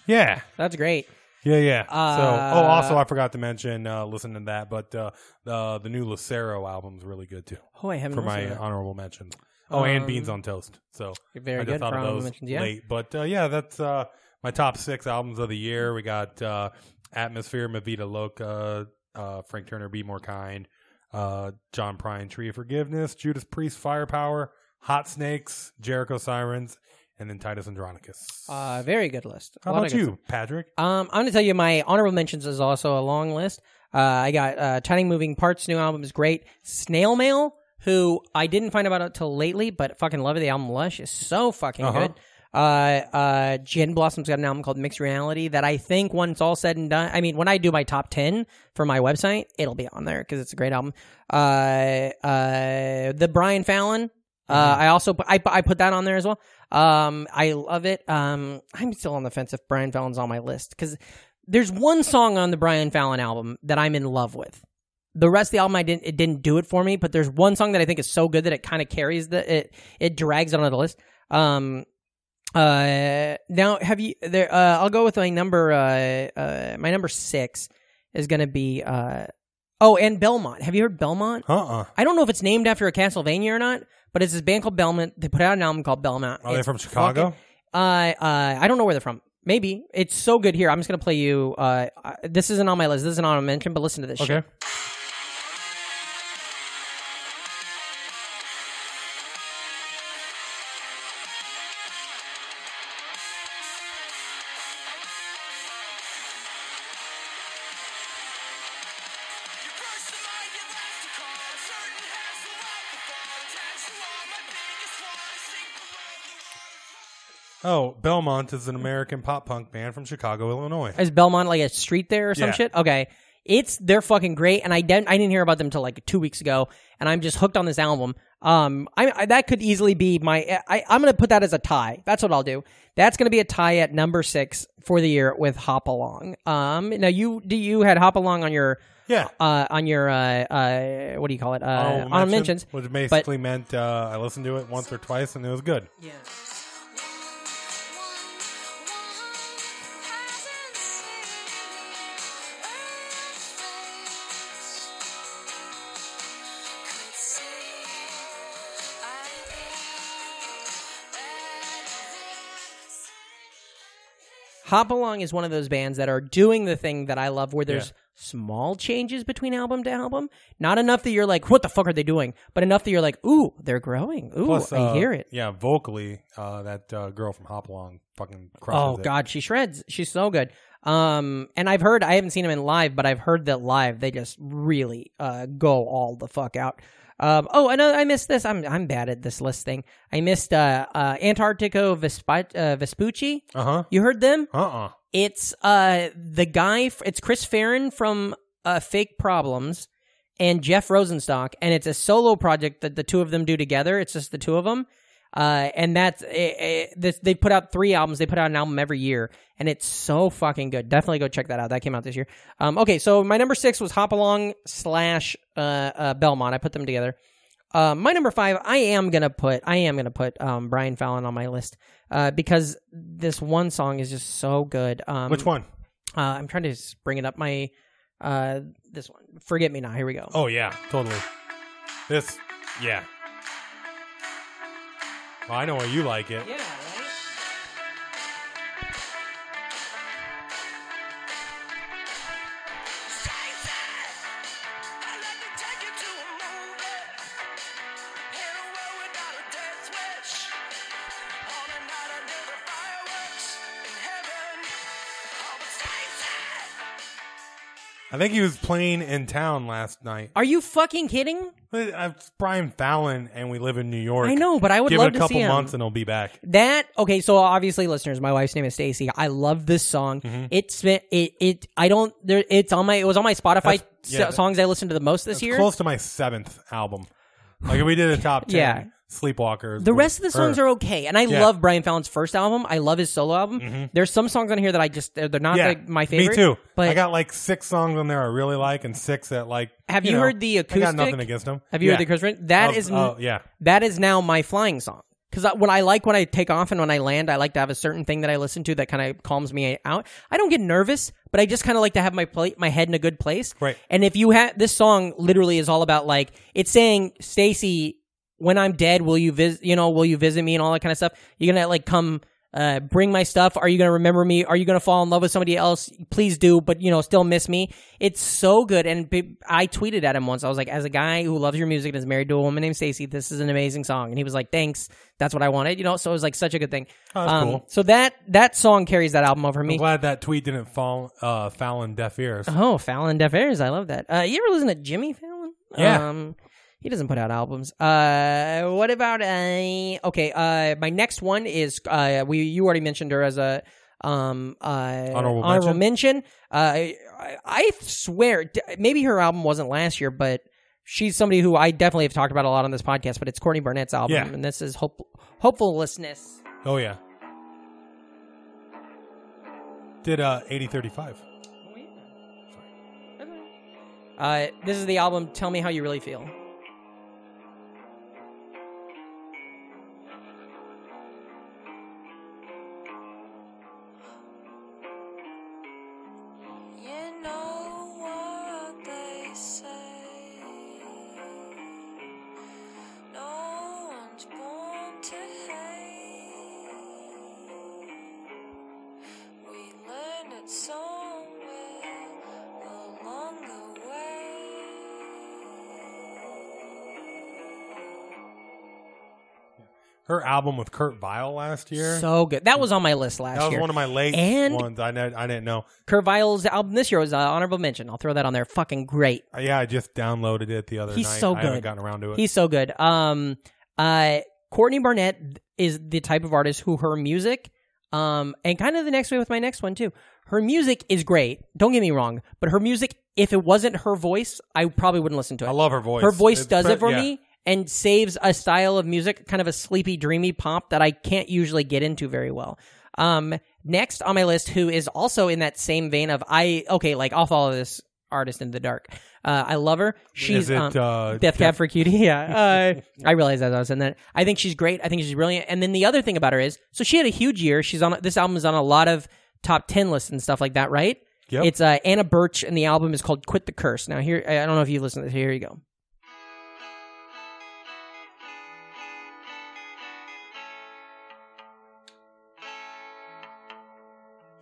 Yeah,
That's great.
Yeah, yeah.
Uh,
so, oh, also, I forgot to mention, uh, listen to that, but uh, uh, the new Lucero album's really good too.
Oh, I haven't
For
listened
my
to that.
honorable mentions. Oh, and
Um,
Beans on Toast. So,
Very
I just
good
thought
for
of
honorable
those
mentions. Yeah.
late. But uh, yeah, that's uh, my top six albums of the year. We got uh, Atmosphere, Mavita Loca, uh, Frank Turner, Be More Kind, uh, John Prine, Tree of Forgiveness, Judas Priest, Firepower, Hot Snakes, Jericho Sirens, and then Titus Andronicus.
Uh, very good list. A
How
lot of
about
good
you, Patrick?
Um, I'm gonna tell you my honorable mentions is also a long list. Uh, I got uh, Tiny Moving Parts new album is great. Snail Mail, who I didn't find out until lately, but fucking love it. The album Lush is so fucking
Uh-huh.
good. Uh, uh, Gin Blossom's got an album called Mixed Reality that I think when it's all said and done, I mean, when I do my top 10 for my website, it'll be on there because it's a great album. Uh, uh, the Brian Fallon, uh, I also put, I, I put that on there as well. Um, I love it. Um, I'm still on the fence if Brian Fallon's on my list because there's one song on the Brian Fallon album that I'm in love with. The rest of the album, I didn't it didn't do it for me. But there's one song that I think is so good that it kind of carries the it it drags it onto the list. Um, uh, now have you there? Uh, I'll go with my number. Uh, uh, my number six is gonna be uh. Oh, and Belmont. Have you heard Belmont?
Uh uh
I don't know if it's named after a Castlevania or not, but it's this band called Belmont. They put out an album called Belmont.
Are they
It's
from Chicago?
uh, uh, I don't know where they're from. Maybe it's so good here. I'm just gonna play you. Uh, uh, this isn't on my list. This isn't on a mention, but listen to this.
Okay.
shit.
Oh, Belmont is an American pop punk band from Chicago, Illinois.
Is Belmont like a street there or some
Yeah.
shit? Okay, it's they're fucking great, and I didn't I didn't hear about them until like two weeks ago, and I'm just hooked on this album. Um, I, I that could easily be my I I'm gonna put that as a tie. That's what I'll do. That's gonna be a tie at number six for the year with Hop Along. Um, now you do you had Hop Along on your
Yeah.
uh on your uh uh what do you call it uh
Honorable
on mentions
Oh, Which basically meant uh, I listened to it once or twice and it was good.
Hop Along is one of those bands that are doing the thing that I love where there's small changes between album to album. Not enough that you're like, what the fuck are they doing? But enough that you're like, ooh, they're growing. Ooh,
Plus,
I
uh,
hear it.
Yeah, vocally, uh, that uh, girl from Hopalong fucking crushes
Oh
it.
god, she shreds. She's so good. Um and I've heard I haven't seen them in live, but I've heard that live they just really uh go all the fuck out. Um oh another I missed this. I'm I'm bad at this list thing. I missed uh uh Antarctico Vespa- uh, Vespucci.
Uh huh.
You heard them?
Uh uh
It's uh the guy. f- It's Chris Farron from uh, Fake Problems and Jeff Rosenstock, and it's a solo project that the two of them do together. It's just the two of them, uh, and that's eh, eh, this. They put out three albums. They put out an album every year, and it's so fucking good. Definitely go check that out. That came out this year. Um, okay, so my number six was Hop Along slash uh, uh, Belmont. I put them together. Uh, my number five, I am gonna put, I am gonna put um, Brian Fallon on my list uh, because this one song is just so good. Um,
Which one?
Uh, I'm trying to just bring it up. My uh, this one, forget me now. Here we go.
Oh, yeah, totally. This, yeah. Well, I know why you like it.
yeah. Right?
I
I think he was playing in town last night.
Are you fucking kidding?
But, uh, It's Brian Fallon, and we live in New York.
I know, but I would
Give
love
it a
to
couple
see him.
months, and he'll be back.
That okay, so obviously, listeners, my wife's name is Stacy. I love this song.
Mm-hmm.
It's it it I don't there. It's on my it was on my Spotify
That's-
so-
yeah,
songs I listened to the most this year.
Close to my seventh album. Like we did a top ten.
Yeah.
Sleepwalkers.
The rest of the songs
her.
are okay, and I
Yeah. Mm-hmm.
love Brian Fallon's first album. I love his solo album. There's some songs on here that I just they're, they're not like my favorite.
Me too.
But
I got like six songs on there I really like, and six that like.
Have you
know,
heard the
I got nothing
acoustic?
against them.
have you heard the Chris Rin- That
Of-
is
oh, yeah.
that is now my flying song because what I like when I take off and when I land, I like to have a certain thing that I listen to that kind of calms me out. I don't get nervous, but I just kind of like to have my pla- my head in a good place.
Right.
And if you have this song, literally is all about like it's saying Stacy, when I'm dead, will you visit? You know, will you visit me and all that kind of stuff? You're gonna like come. Uh, bring my stuff. Are you gonna remember me? Are you gonna fall in love with somebody else? Please do, but you know, still miss me. It's so good. And b- I tweeted at him once. I was like, as a guy who loves your music and is married to a woman named Stacy, this is an amazing song. And he was like, thanks. That's what I wanted. You know, so it was like such a good thing. Um,
Oh, that's cool. Oh,
So that that song carries that album over
I'm
me.
glad that tweet didn't fall uh, Fallon deaf ears.
Oh, Fallon Deaf Airs. I love that. Uh, you ever listen to Jimmy Fallon?
Yeah.
Um, he doesn't put out albums. Uh, what about uh, okay? Uh, my next one is uh, we you already mentioned her as a um uh honorable, mention. Uh, I, I- I swear, d- maybe her album wasn't last year, but she's somebody who I definitely have talked about a lot on this podcast. But it's Courtney Barnett's album,
Yeah.
and this is hope hopefulness.
Oh yeah. Did uh eighty thirty five.
Uh, this is the album. Tell me how you really feel.
You know what they say. No one's born to hate. We learn it somewhere along the way.
Her album with Kurt Vile last year.
So good. That was on my list last
that was
year.
one of my late
And-
ones. I ne- I didn't know.
Kurt Vile's album this year was uh, honorable mention. I'll throw that on there. Fucking great.
Uh, Yeah, I just downloaded it the other
He's
night.
so
I haven't
good.
gotten around to it.
He's so good. Um, uh, Courtney Barnett is the type of artist who her music, um, and kind of the next way with my next one too. Her music is great. Don't get me wrong, but her music, if it wasn't her voice, I probably wouldn't listen to it.
I love her voice.
Her voice
It's
does
pre-
it for
yeah.
me and saves a style of music, kind of a sleepy, dreamy pop that I can't usually get into very well. Um, next on my list, who is also in that same vein of I okay, like I'll follow this artist in the dark. Uh, I love her. She's
it,
um,
uh,
Death
Def-
Cab for Cutie. Yeah, uh, I realized as I was saying that. I think she's great. I think she's brilliant. And then the other thing about her is, so she had a huge year. She's on this album is on a lot of top ten lists and stuff like that, right?
Yep.
It's uh, Anna Birch, and the album is called "Quit the Curse." Now, here I don't know if you listened to this. Here you go.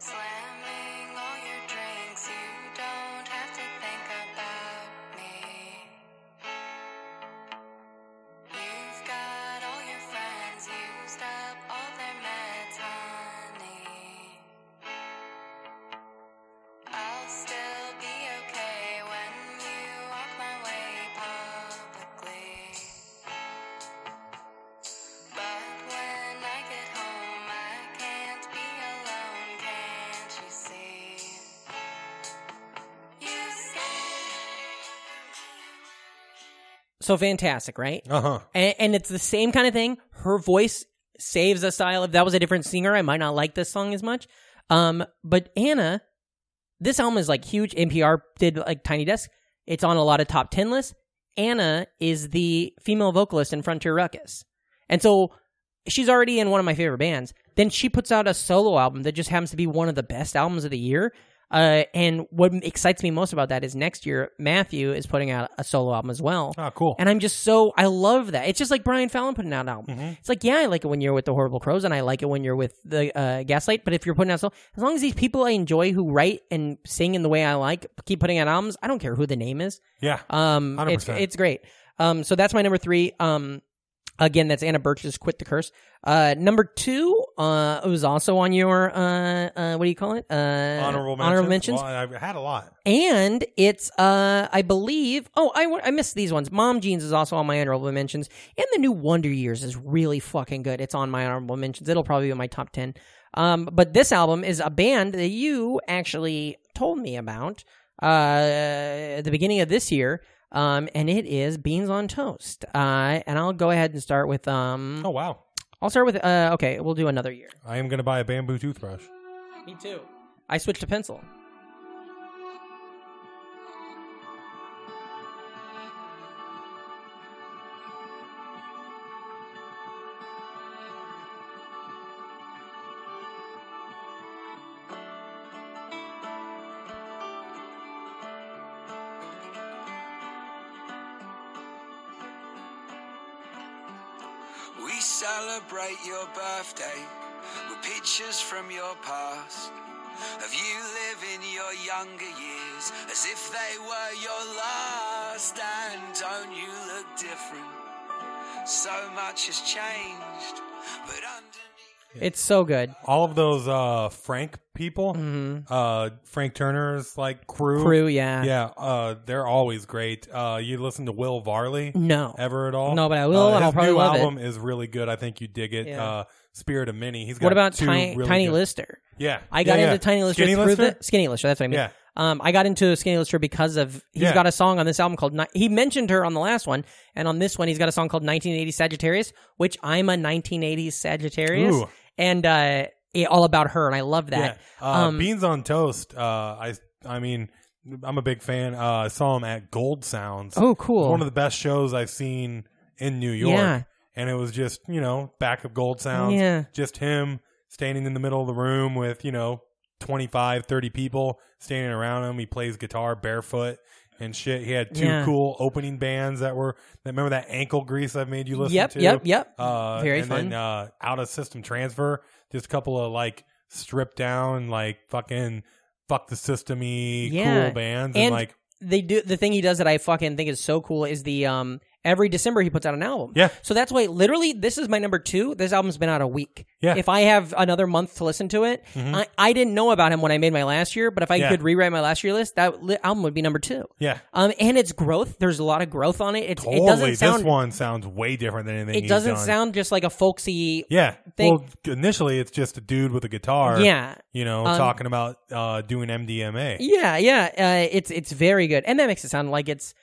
Slamming all your drinks, you don't have to think about me. You've got all your friends used up, all their meds, honey. I'll still be okay when you walk my way publicly. But when I get home, I can't be alone, can't you see? You see.
So fantastic, right?
Uh-huh.
and, and it's the same kind of thing. Her voice saves a style. If that was a different singer, I might not like this song as much. Um, but Anna, this album is like huge. NPR did like Tiny Desk. It's on a lot of top ten lists. Anna is the female vocalist in Frontier Ruckus, and so she's already in one of my favorite bands. Then she puts out a solo album that just happens to be one of the best albums of the year. Uh, and what excites me most about that is next year Matthew is putting out a solo album as well.
Oh, cool.
And I'm just so I love that. It's just like Brian Fallon putting out an album.
Mm-hmm.
It's like yeah, I like it when you're with the Horrible Crows, and I like it when you're with the uh, Gaslight. But if you're putting out so, as long as these people I enjoy who write and sing in the way I like keep putting out albums, I don't care who the name is.
yeah.
Um, it's
100%.
it's great. Um, so that's my number three. Um, Again, that's Anna Birch's "Quit the Curse." Uh, number two, uh, it was also on your uh, uh, what do you call it? Uh,
Honorable mentions. Well, I had a lot.
and it's uh i believe oh I, wa- I missed these ones mom jeans is also on my honorable mentions and the new wonder years is really fucking good it's on my honorable mentions it'll probably be in my top 10 um but this album is a band that you actually told me about uh at the beginning of this year um and it is beans on toast uh and i'll go ahead and start with um
Oh wow.
i'll start with uh okay we'll do another year
I am gonna buy a bamboo toothbrush.
me too i switched to pencil
We celebrate your birthday with pictures from your past of you living your younger years as if they were your last. And don't you look different? So much has changed, but underneath.
it's so good
All of those uh, Frank people, uh, Frank Turner's like crew,
Mm-hmm. crew yeah
yeah, uh, they're always great. Uh, you listen to Will Varley?
No.
ever at all?
No, but I will,
Uh,
and
his
I'll probably
new
love it.
album is really good. I think you dig it.
Yeah.
Uh, Spirit of Mini. He's got
What about
two
Tiny,
really
Tiny
good-
Lister?
Yeah,
I got
Yeah, yeah.
into Tiny Lister
Skinny
through
Lister?
the Skinny Lister. That's what I mean.
Yeah.
Um, I got into Skinny Lister because of he's
Yeah.
got a song on this album called. Ni- He mentioned her on the last one, and on this one he's got a song called "1980 Sagittarius," which I'm a 1980s Sagittarius,
Ooh.
and uh, it, all about her, and I love that. Um,
Yeah. Uh, Beans on Toast. Uh, I I mean, I'm a big fan. Uh, I saw him at Gold Sounds.
Oh, cool.
It's one of the best shows I've seen in New York.
Yeah.
And it was just you know back of Gold Sounds.
Yeah.
Just him standing in the middle of the room with you know 25, 30 people standing around him. He plays guitar barefoot. And shit, he had two
Yeah.
cool opening bands that were. that Remember that ankle grease I've made you listen
Yep,
to?
yep, yep.
Uh,
Very
and
fun.
Then, uh, out of system transfer, just a couple of like stripped down, like fucking fuck the system y
Yeah.
cool bands. And,
And-
like,
they do the thing he does that I fucking think is so cool is the um every December he puts out an album.
Yeah.
So that's why literally this is my number two. This album's been out a week.
Yeah. Mm-hmm.
If I have another month to listen to it, I, I didn't know about him when I made my last year, but if I
Yeah.
could rewrite my last year list, that li- album would be number two.
yeah.
Um, and its growth. There's a lot of growth on it. It's,
Totally.
It doesn't
this
sound.
one sounds way different than anything.
it
he's
doesn't
done.
sound just like a folksy.
Yeah.
thing.
Well, initially, it's just a dude with a guitar.
Yeah. Um,
You know, talking about uh, doing MDMA.
Yeah, yeah. Uh, it's it's very good, and that makes it sound like it's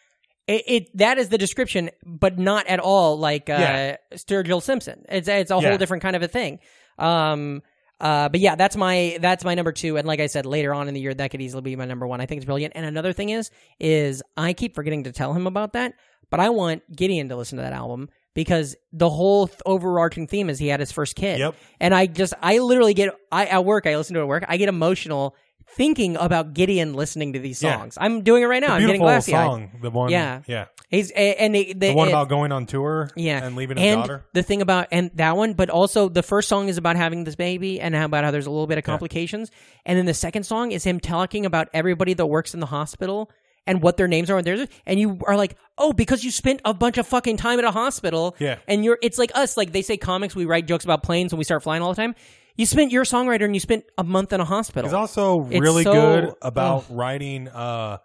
it, it. That is the description, but not at all like uh,
Yeah.
Sturgill Simpson. It's it's a
Yeah.
whole different kind of a thing. Um, uh, but yeah, that's my that's my number two, and like I said, later on in the year, that could easily be my number one. I think it's brilliant. And another thing is, is I keep forgetting to tell him about that, but I want Gideon to listen to that album. Because the whole th- overarching theme is he had his first kid,
Yep.
and I just I literally get I at work I listen to it at work I get emotional thinking about Gideon listening to these
Yeah.
songs. I'm doing it right now. I'm getting
Beautiful
glassy
song. The one.
Yeah.
Yeah.
He's a- and they, they,
The one
it-
about going on tour
yeah
and leaving
and Oh.
a daughter.
The thing about and that one, but also the first song is about having this baby and how about how there's a little bit of complications, and then the second song is him talking about everybody that works in the hospital. And what their names are, and theirs, and you are like, oh, because you spent a bunch of fucking time at a hospital,
Yeah.
And you're, it's like us, like they say comics, we write jokes about planes when we start flying all the time. You spent your songwriter, and you spent a month in a hospital.
He's also
It's
really
so- oh.
good about writing uh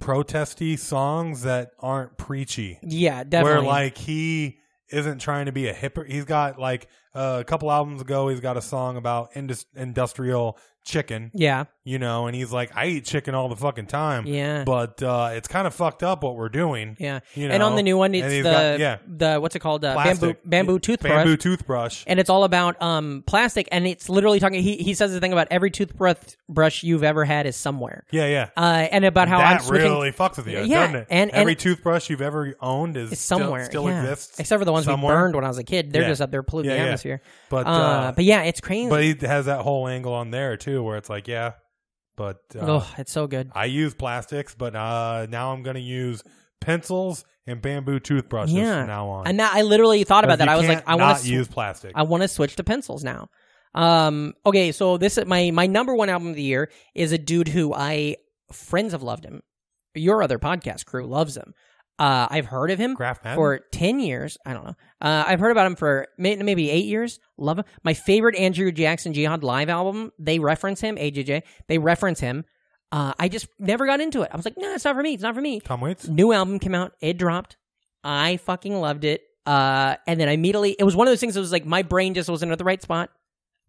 protesty songs that aren't preachy.
yeah, definitely.
Where like he isn't trying to be a hipper. He's got like uh, a couple albums ago he's got a song about indus- industrial chicken,
yeah,
you know, and he's like I eat chicken all the fucking time.
Yeah.
But uh it's kind of fucked up what we're doing.
Yeah,
You
and on
know?
the new one,
And
it's the
he's got- yeah.
the what's it called? Uh, bamboo
Plastic.
bamboo
Yeah.
toothbrush.
Bamboo toothbrush.
and it's all about um plastic, and it's literally talking. He he says the thing about every toothbrush brush you've ever had is somewhere.
yeah, yeah.
Uh, and about how I'm
that
switching
really fucks with you,
Yeah,
doesn't it?
and- and-
every toothbrush you've ever owned is
It's somewhere
still, still
yeah.
exists,
except for the ones
somewhere.
we burned when I was a kid. They're
Yeah.
just up there polluting
Yeah,
the
yeah.
atmosphere.
But,
uh,
uh,
but yeah, it's crazy.
But he has that whole angle on there too, where it's like, yeah, but uh,
oh, it's so good.
I use plastics, but uh, now I'm going to use pencils and bamboo toothbrushes
yeah,
from now on.
and that, I literally thought about that.
You
I was
can't
like, I
not
want to
use plastic.
I want to switch to pencils now. Um, okay, so this is my my number one album of the year is a dude who I friends have loved him. Your other podcast crew loves him. Uh, I've heard of him
Graf Madden?
for ten years. I don't know. Uh, I've heard about him for may- maybe eight years. Love him. My favorite Andrew Jackson Jihad live album. They reference him. AJJ. They reference him. Uh, I just never got into it. I was like, no, it's not for me. It's not for me.
Tom Waits.
New album came out. It dropped. I fucking loved it. Uh, and then I immediately, it was one of those things that was like, my brain just wasn't at the right spot.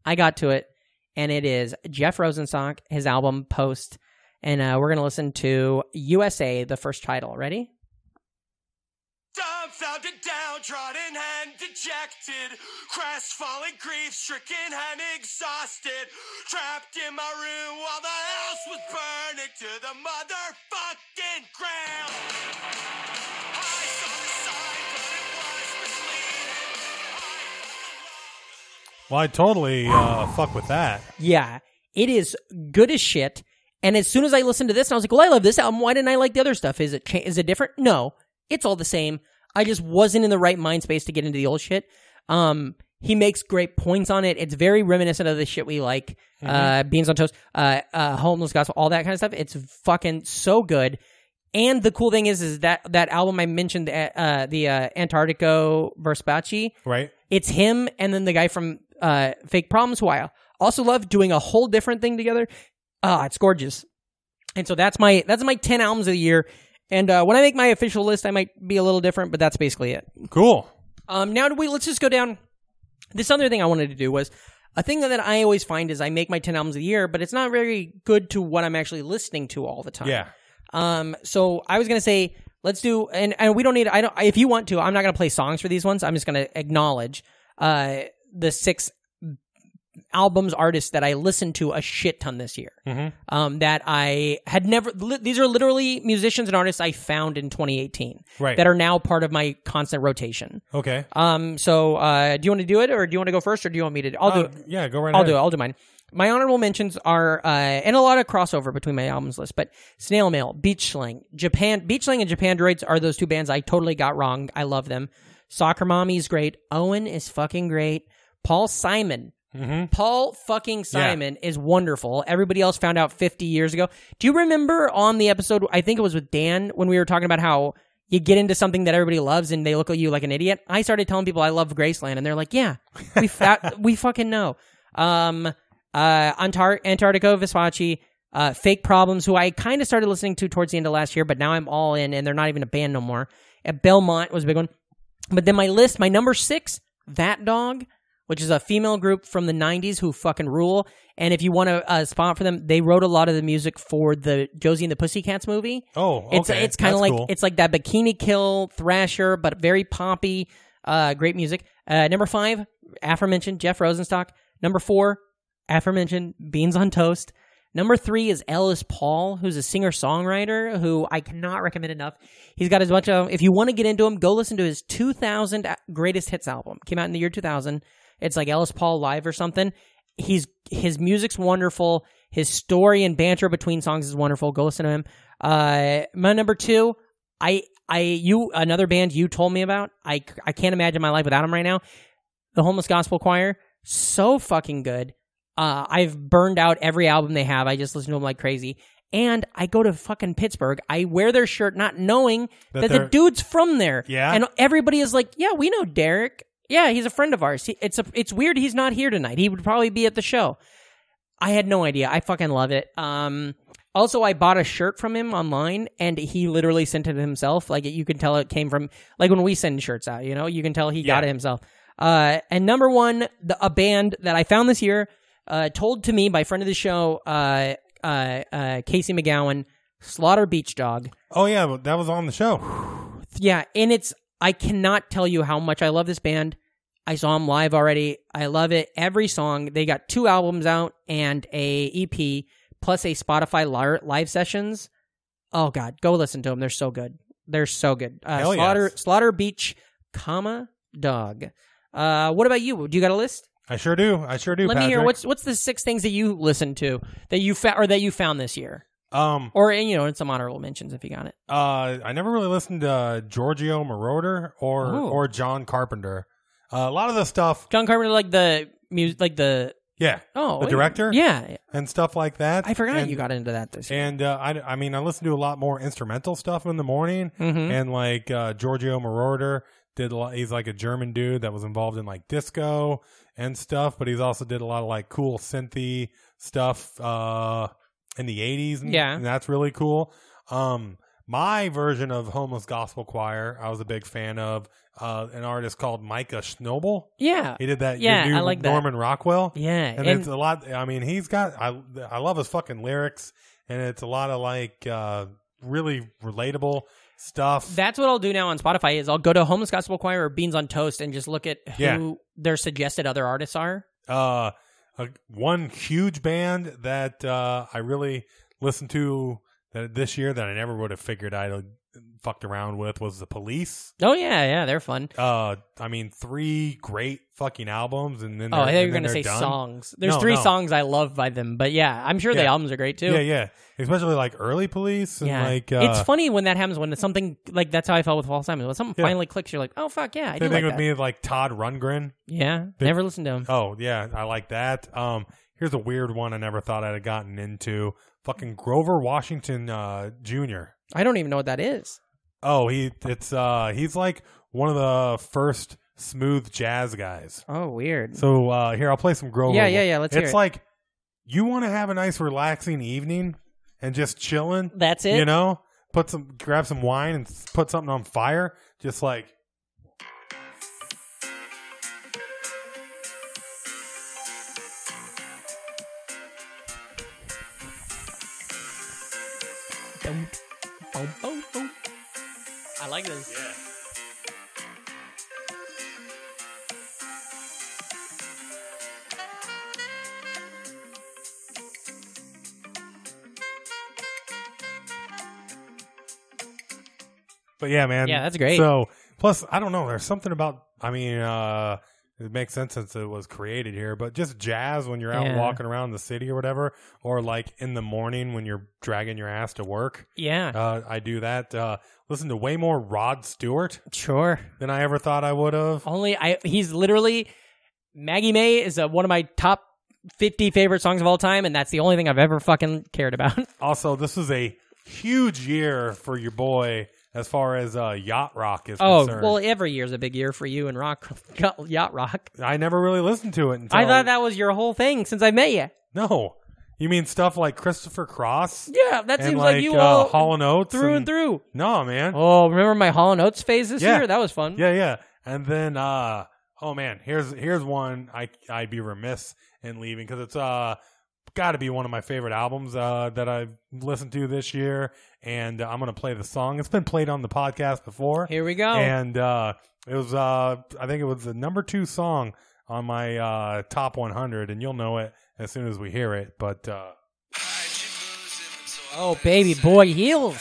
I got to it. And it is Jeff Rosenstock, his album Post. And uh, we're going to listen to USA, the first title. Ready?
Dumbfounded, downtrodden, and dejected. Crestfallen, grief stricken, and exhausted. Trapped in my room while the house was burning to the motherfucking ground. I saw the sign, but it was misleading.
Well, I totally uh, fuck with that.
Yeah. It is good as shit. And as soon as I listened to this, and I was like, well, I love this album. Why didn't I like the other stuff? Is it, cha- is it different? No. It's all the same. I just wasn't in the right mind space to get into the old shit. Um, he makes great points on it. It's very reminiscent of the shit we like. Uh, Beans on Toast, uh, uh, Homeless Gospel, all that kind of stuff. It's fucking so good. And the cool thing is, is that that album I mentioned, uh, uh, the uh, Antarctico Versace,
Right?
it's him and then the guy from uh, Fake Problems, who I also love, doing a whole different thing together. Ah, it's gorgeous. And so that's my that's my ten albums of the year. And uh, when I make my official list, I might be a little different, but that's basically it.
Cool.
Um, now do we let's just go down. This other thing I wanted to do was a thing that I always find is I make my ten albums of the year, but it's not very good to what I'm actually listening to all the time.
Yeah.
Um, so I was gonna say let's do, and and we don't need. I don't. If you want to, I'm not gonna play songs for these ones. I'm just gonna acknowledge uh the six albums artists that I listened to a shit ton this year.
Mm-hmm.
Um, that I had never. Li- these are literally musicians and artists I found in 2018.
Right.
That are now part of my constant rotation.
Okay.
Um, so uh, do you want to do it, or do you want to go first, or do you want me to? I'll do.
Uh, yeah, go right
I'll
ahead.
do it. I'll do mine. My honorable mentions are, uh, and a lot of crossover between my albums list, but Snail Mail, Beach Slang, Japan, Beach Slang and Japan Droids are those two bands I totally got wrong. I love them. Soccer Mommy's great. Owen is fucking great. Paul Simon. Paul fucking Simon is wonderful. Everybody else found out 50 years ago. Do you remember on the episode, I think it was with Dan, when we were talking about how you get into something that everybody loves and they look at you like an idiot? I started telling people I love Graceland and they're like, yeah, we, fa- we fucking know. Um, uh, Antar- Antarctico Vispachi, uh, Fake Problems, who I kind of started listening to towards the end of last year, but now I'm all in and they're not even a band no more. At Belmont was a big one. But then my list, my number six, That Dog, which is a female group from the 90s who fucking rule. And if you want a, a spot for them, they wrote a lot of the music for the Josie and the Pussycats movie.
Oh,
It's,
okay.
it's kind of
That's
like
cool.
it's like that Bikini Kill thrasher, but very poppy. Uh, great music. Uh, number five, aforementioned Jeff Rosenstock. Number four, aforementioned Beans on Toast. Number three is Ellis Paul, who's a singer songwriter who I cannot recommend enough. He's got as much of. If you want to get into him, go listen to his 2000 a- greatest hits album. Came out in the year 2000. It's like Ellis Paul live or something. He's his music's wonderful. His story and banter between songs is wonderful. Go listen to him. Uh, my number two, I I you another band you told me about. I c- I can't imagine my life without them right now. The Homeless Gospel Choir, so fucking good. Uh, I've burned out every album they have. I just listen to them like crazy. And I go to fucking Pittsburgh. I wear their shirt not knowing
That
that, the
they're-
dude's from there.
Yeah.
And everybody is like, "Yeah, we know Derek. Yeah, he's a friend of ours. He, it's a, it's weird he's not here tonight. He would probably be at the show." I had no idea. I fucking love it. Um, also, I bought a shirt from him online, and he literally sent it himself. Like you can tell it came from like when we send shirts out. You know, you can tell he got it himself. Uh, and number one, the, a band that I found this year, uh, told to me by friend of the show, uh, uh, uh, Casey McGowan, Slaughter Beach Dog.
Oh yeah, but that was on the show.
Yeah, and it's I cannot tell you how much I love this band. I saw them live already. I love it. Every song. They got two albums out and a EP plus a Spotify lar- live sessions. Oh god, go listen to them. They're so good. They're so good. Uh,
Hell yes.
Slaughter Slaughter Beach, comma dog. Uh, what about you? Do you got a list?
I sure do. I sure do.
Let me hear
Patrick.
what's what's the six things that you listened to that you found or that you found this year,
um
or and, you know, and some honorable mentions if you got it.
uh I never really listened to uh, Giorgio Moroder or
Ooh.
or John Carpenter. Uh, a lot of the stuff
John Carpenter, like the music, like the
Yeah.
Oh,
the director.
Yeah,
and stuff like that.
I forgot
And-
you got into that this year.
And uh, I, I mean, I listen to a lot more instrumental stuff in the morning,
Mhm.
and like uh, Giorgio Moroder did. A lot, he's like a German dude that was involved in like disco and stuff, but he's also did a lot of like cool synthy stuff uh, in the eighties.
Yeah.
and that's really cool. Um, my version of homeless gospel choir, I was a big fan of uh, an artist called Micah Schnobel.
Yeah,
He did that.
Yeah,
your new
I like that.
Norman Rockwell
yeah,
and, it's uh, a lot. I mean, he's got. I I love his fucking lyrics, and it's a lot of like uh, really relatable stuff.
That's what I'll do now on Spotify is I'll go to Homeless Gospel Choir or Beans on Toast and just look at who
Yeah.
their suggested other artists are.
uh, a, one huge band that uh, I really listened to that this year that I never would have figured I'd have fucked around with was the Police.
Oh yeah, yeah, they're fun.
Uh, I mean, three great fucking albums, and then
oh, I
they're-
thought you
and
were gonna
then
say
they're done.
songs. There's
No,
three
no.
songs I love by them, but yeah, I'm sure the
Yeah.
albums are great too.
Yeah, yeah, especially like early Police and
Yeah.
like uh,
it's funny when that happens when it's something like that's how I felt with Paul Simon. When something
Yeah.
finally clicks, you're like, oh fuck yeah, I do
Same
like
thing
that.
with me, like Todd Rundgren.
Yeah,
They-
never listened to him.
Oh yeah, I like that. Um, here's a weird one I never thought I'd have gotten into. Fucking Grover Washington uh, Jr.
I don't even know what that is.
Oh, he it's uh he's like one of the first smooth jazz guys.
Oh, weird.
So uh here I'll play some Grover.
Yeah, yeah, yeah, let's hear
It's
it.
like you want to have a nice relaxing evening and just chilling.
that's it.
You know, put some grab some wine and s- put something on fire. Just like
Dum, bum, bum, bum. I like this.
But yeah, man.
Yeah, that's great.
So plus I don't know, there's something about I mean, uh it makes sense since it was created here, but just jazz when you're out
Yeah.
walking around the city or whatever, or like in the morning when you're dragging your ass to work.
Yeah,
Uh, I do that. Uh, listen to way more Rod Stewart
sure.
than I ever thought I would have.
Only I he's literally Maggie May is uh one of my top 50 favorite songs of all time and that's the only thing I've ever fucking cared about.
Also, this is a huge year for your boy as far as uh, yacht rock is
oh,
concerned.
well every year's a big year for you and rock yacht rock.
I never really listened to it until
I thought that was your whole thing since I met you.
No, you mean stuff like Christopher Cross?
Yeah, that
and
seems
like,
like, you
uh,
all
Hall and Oates
through and, through.
No, man.
Oh, remember my Hall and Oates phase this
Yeah.
year? That was fun.
Yeah, yeah. And then, uh, oh man, here's here's one I I'd be remiss in leaving because it's uh got to be one of my favorite albums uh that I've listened to this year, and I'm gonna play the song. It's been played on the podcast before.
Here we go.
And uh, it was, uh, I think it was the number two song on my uh, top 100, and you'll know it as soon as we hear it. But uh,
oh, baby boy heels.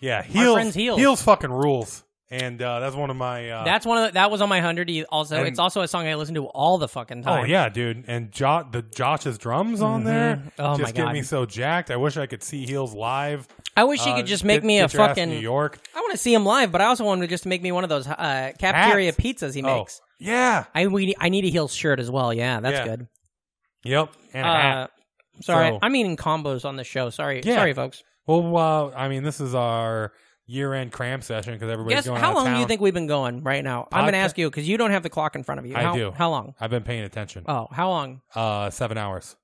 yeah, heels,
friends Heels.
fucking rules, and uh, that's one of my. Uh,
That's one of the, that was on my hundred. Also,
And-
it's also a song I listen to all the fucking time.
Oh yeah, dude, and jo- the Josh's drums on there
Oh, my
just get
God.
me so jacked. I wish I could see Heels live.
I wish she
Uh,
could just make
get-
me a
get your ass to
fucking.
New York.
I want to see him live, but I also want him to just make me one of those uh, cafeteria
Hats.
pizzas he
Oh,
makes.
yeah,
I we I need a heel shirt as well. Yeah, that's
Yeah.
good.
yep, and a
Uh,
hat.
sorry,
So-
I'm eating combos on the show. Sorry,
Yeah.
sorry, folks.
Well, uh, I mean, this is our year-end cram session because everybody's
Guess
going.
how
out of
long do you
town.
think we've been going right now? I'm going to
Podca-
ask you because you don't have the clock in front of you.
I
how,
do.
How long?
I've been paying attention?
Oh, how long?
Uh, seven hours.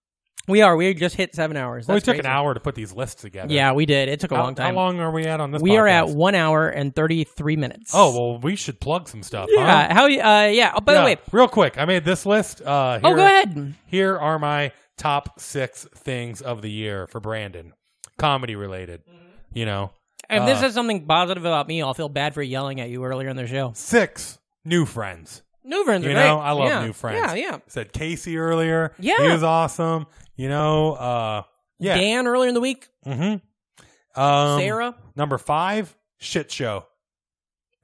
We are. We just hit seven hours.
Well, we
That's
took an
crazy.
hour to put these lists together.
Yeah, we did. It took a
How-
long time.
How long are we at on this?
we are at
podcast?
one hour and thirty three minutes.
Oh well, we should plug some stuff.
yeah.
Huh?
How? Uh, yeah. Oh, by
Yeah.
the way.
real quick, I made this list. Uh,
Oh,
here-
go ahead.
Here are my top six things of the year for Brandon, comedy related.
Mm-hmm.
You know,
If this
Uh,
is something positive about me, I'll feel bad for yelling at you earlier in the show.
six new friends.
New friends are
You
great.
know, I love
Yeah.
new friends.
Yeah, yeah.
Said Casey earlier.
Yeah.
he was awesome. You know, uh, yeah.
Dan earlier in the week,
Mm-hmm. Um,
Sarah.
Number five, shit show.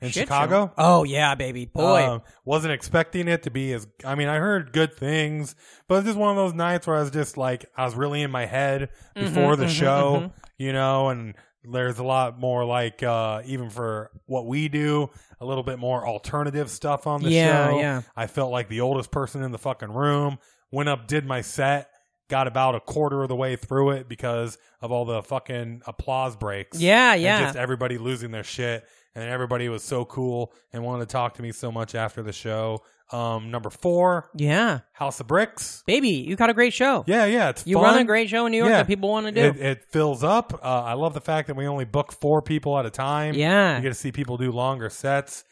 in
Shit show.
Chicago.
Oh yeah, baby boy.
Um, wasn't expecting it to be as. I mean, I heard good things, but it's just one of those nights where I was just like, I was really in my head
Mm-hmm,
before the show, you know, and there's a lot more like, uh, even for what we do, a little bit more alternative stuff on the
Yeah,
show.
yeah.
I felt like the oldest person in the fucking room. Went up, did my set, got about a quarter of the way through it because of all the fucking applause breaks.
yeah,
And
yeah.
just everybody losing their shit. And everybody was so cool and wanted to talk to me so much after the show. Um, number four,
yeah.
House of Bricks.
Baby, you got a great show.
Yeah, yeah, it's
You
fun.
run a great show in New York
Yeah.
that people want to do.
It, it fills up. Uh, I love the fact that we only book four people at a time.
Yeah.
you get to see people do longer sets.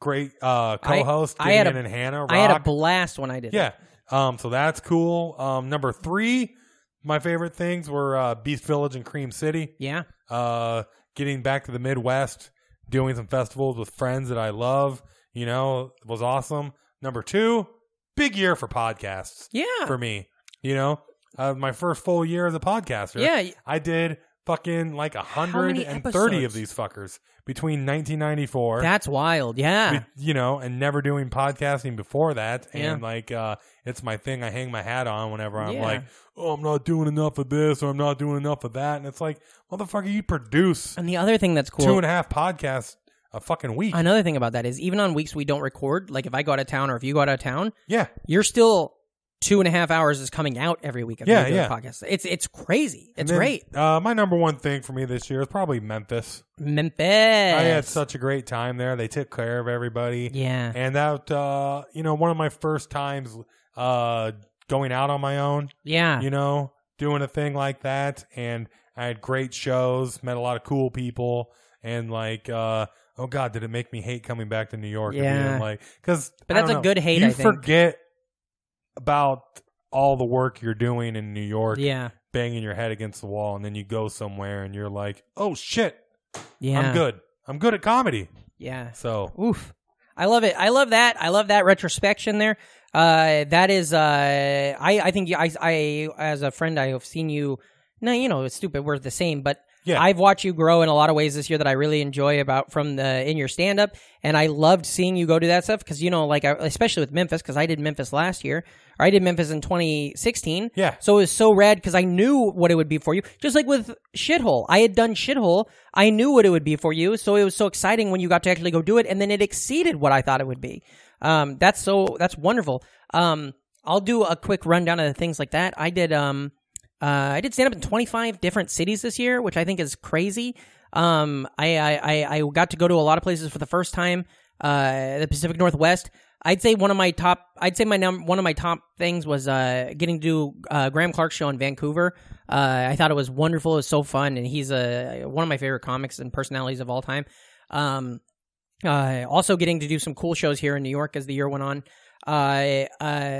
Great uh, co-host
I had
Gideon
a-
and Hannah.
I had a
rock.
blast when I did
Yeah. Um, so that's cool. Um, number three, my favorite things were uh, Beast Village and Cream City.
it. Yeah.
Uh, getting back to the Midwest, doing some festivals with friends that I love, you know, was awesome. Number two, big year for podcasts
Yeah.
for me. You know, uh, my first full year as a podcaster.
Yeah.
I did fucking like
many
130 of
episodes?
these fuckers between 1994
That's wild. Yeah.
be- you know, and never doing podcasting before that.
Yeah.
And like, uh, it's my thing. I hang my hat on whenever I'm
Yeah.
like, oh, I'm not doing enough of this or I'm not doing enough of that. And it's like, motherfucker, you produce
and the other thing that's cool
two and a half podcasts a fucking week.
Another thing about that is even on weeks we don't record, like if I go out of town or if you go out of town,
yeah.
you're still two and a half hours is coming out every week of
Yeah,
the
yeah.
podcast. It's it's crazy.
And
It's
then,
great.
Uh, my number one thing for me this year is probably Memphis.
Memphis.
Oh, I had such a great time there. They took care of everybody.
yeah.
And that, uh, you know, one of my first times uh, going out on my own.
yeah.
you know, doing a thing like that. And I had great shows, met a lot of cool people, and like, uh, oh god, did it make me hate coming back to New York? and
Yeah.
being like, because
But that's a good hate,
You
I think.
forget about all the work you're doing in New York,
yeah.
banging your head against the wall, and then you go somewhere and you're like, oh shit,
Yeah.
I'm good. I'm good at comedy.
Yeah.
So
Oof. I love it. I love that. I love that retrospection there. Uh, that is, uh, I, I think you- I, I, as a friend, I have seen you. No, you know, it's stupid. We're the same, but
Yeah.
I've watched you grow in a lot of ways this year that I really enjoy about from the in your stand up. And I loved seeing you go do that stuff because, you know, like, I, especially with Memphis, because I did Memphis last year or I did Memphis in 2016.
Yeah.
So it was so rad because I knew what it would be for you. Just like with Shithole, I had done Shithole. I knew what it would be for you. So it was so exciting when you got to actually go do it. And then it exceeded what I thought it would be. Um, that's so, that's wonderful. Um, I'll do a quick rundown of the things like that. I did, um, uh, I did stand up in 25 different cities this year, which I think is crazy. Um, I, I, I, I got to go to a lot of places for the first time. Uh, the Pacific Northwest. I'd say one of my top. I'd say my num- one of my top things was uh, getting to do uh, Graham Clark's show in Vancouver. Uh, I thought it was wonderful. It was so fun, and he's a one of my favorite comics and personalities of all time. Um, uh, also getting to do some cool shows here in New York as the year went on. Uh,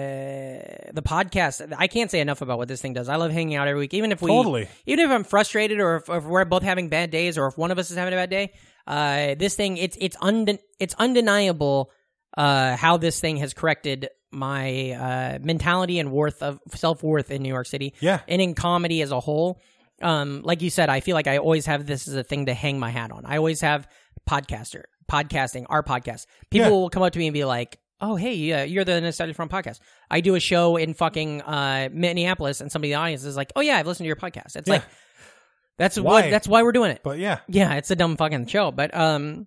uh, the podcast. I can't say enough about what this thing does. I love hanging out every week, even if we
Totally.
even if I'm frustrated or if, if we're both having bad days or if one of us is having a bad day, uh, this thing it's it's unde- it's undeniable uh, how this thing has corrected my uh, mentality and worth of self worth in New York City.
Yeah.
and in comedy as a whole. Um, like you said, I feel like I always have this as a thing to hang my hat on. I always have podcaster podcasting our podcast. People
Yeah.
will come up to me and be like. Oh hey, yeah, you're the Nostalgia Front podcast. I do a show in fucking uh, Minneapolis, and somebody in the audience is like, "Oh yeah, I've listened to your podcast." It's
Yeah.
like that's
Why?
what. That's why we're doing it.
but yeah.
yeah, it's a dumb fucking show, but um,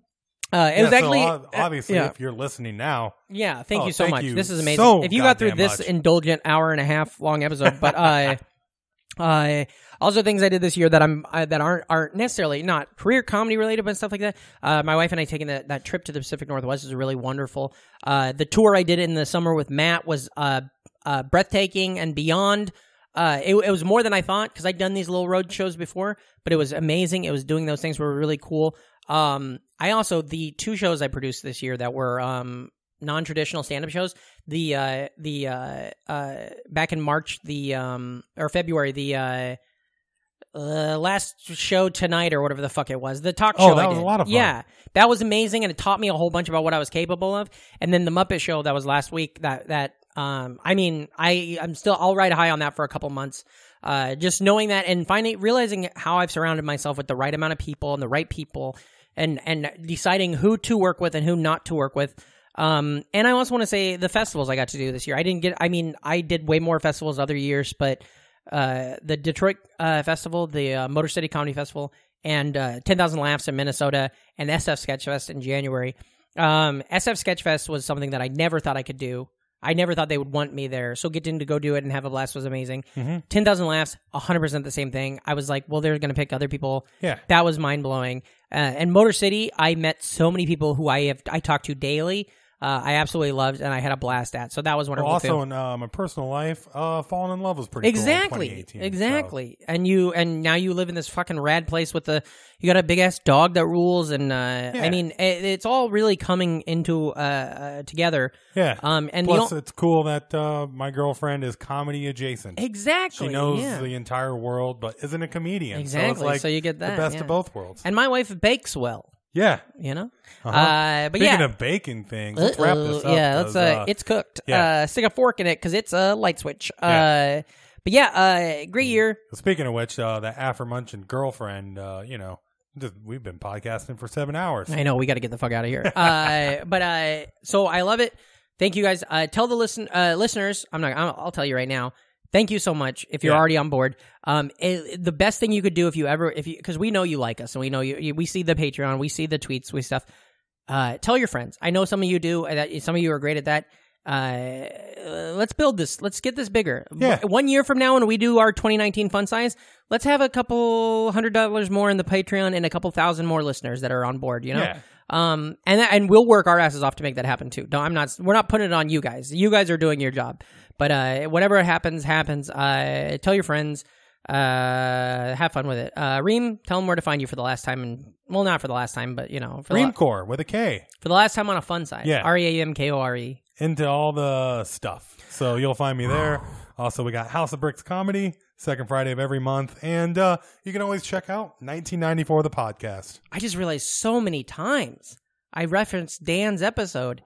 uh, it
Yeah,
was
so
actually
ob- obviously
yeah.
if you're listening now,
yeah. Thank
Oh,
you so
thank
much.
you
This is amazing.
so
if you got through
goddamn
this
much.
indulgent hour and a half long episode, but uh, uh, also things I did this year that I'm uh, that aren't aren't necessarily not career comedy related, but stuff like that. Uh, my wife and I taking that that trip to the Pacific Northwest is really wonderful. Uh, the tour I did in the summer with Matt was uh, uh breathtaking and beyond. Uh, it, it was more than I thought because I'd done these little road shows before, but it was amazing. It was doing those things were really cool. Um, I also the two shows I produced this year that were um non-traditional stand-up shows the uh the uh uh back in march the um or february the uh uh, last show tonight or whatever the fuck it was the talk
Oh,
show
that
I
was a
did.
lot of fun.
yeah that was amazing and it taught me a whole bunch about what i was capable of and then the muppet show that was last week that that um i mean i i'm still i'll ride high on that for a couple months uh just knowing that and finally realizing how i've surrounded myself with the right amount of people and the right people and and deciding who to work with and who not to work with. Um, and I also want to say the festivals I got to do this year. I didn't get. I mean, I did way more festivals other years, but uh, the Detroit uh, festival, the uh, Motor City Comedy Festival, and uh, Ten Thousand Laughs in Minnesota, and SF Sketchfest in January. Um, SF Sketchfest was something that I never thought I could do. I never thought they would want me there. So getting to go do it and have a blast was amazing. 10,000 laughs, 100% the same thing. I was like, well, they're going to pick other people.
Yeah.
That was mind blowing. Uh, and Motor City, I met so many people who I have I talked to daily. Uh, I absolutely loved and I had a blast at. So that was wonderful. too.
also in uh, my personal life, uh, falling in love was pretty cool in
Exactly.
2018, so-
exactly. And you and now you live in this fucking rad place with the you got a big ass dog that rules and uh, I mean it, it's all really coming into uh, uh together.
Yeah.
Um and
Plus,
the, o-
it's cool that uh, my girlfriend is comedy adjacent.
exactly.
She knows
yeah.
the entire world, but isn't a comedian. So, it's
Exactly.
like
So you get that,
the best
yeah.
of both worlds.
and my wife bakes well,
yeah. uh-huh.
you know. uh but
Speaking
yeah.
of baking things, let's wrap this
Uh-oh.
up.
Yeah, let's
'cause,
uh,
uh,
it's cooked.
yeah.
Uh stick a fork in it cuz it's a light switch.
Yeah. Mm-hmm.
Uh but yeah, uh great year.
Speaking of which, uh, that aforementioned girlfriend, uh, you know, just, we've been podcasting for seven hours.
I know we got to get the fuck out of here. uh, but uh, so I love it. Thank you guys. Uh, tell the listen uh, listeners. I'm not. I'll, I'll tell you right now. Thank you so much. If you're
Yeah.
already on board, um, it- the best thing you could do if you ever if you because we know you like us and we know you, you. We see the Patreon. We see the tweets. We stuff. Uh, tell your friends. I know some of you do. uh, That some of you are great at that. Uh, let's build this. Let's get this bigger.
Yeah.
B- One year from now, when we do our 2019 fun size, let's have a couple hundred dollars more in the Patreon and a couple thousand more listeners that are on board. You know.
Yeah.
Um, and and we'll work our asses off to make that happen too. No, I'm not. We're not putting it on you guys. You guys are doing your job. But uh, whatever happens, happens. Uh, tell your friends. Uh, have fun with it. Uh, Reem, tell them where to find you for the last time, and well, not for the last time, but you know, for, the, la-
Reamcore with a K
for the last time on a fun side.
Yeah.
R e a m k o r e.
into all the stuff. So you'll find me there. Also, we got House of Bricks Comedy, second Friday of every month. And uh, you can always check out 1994 The Podcast.
I just realized so many times I referenced Dan's episode,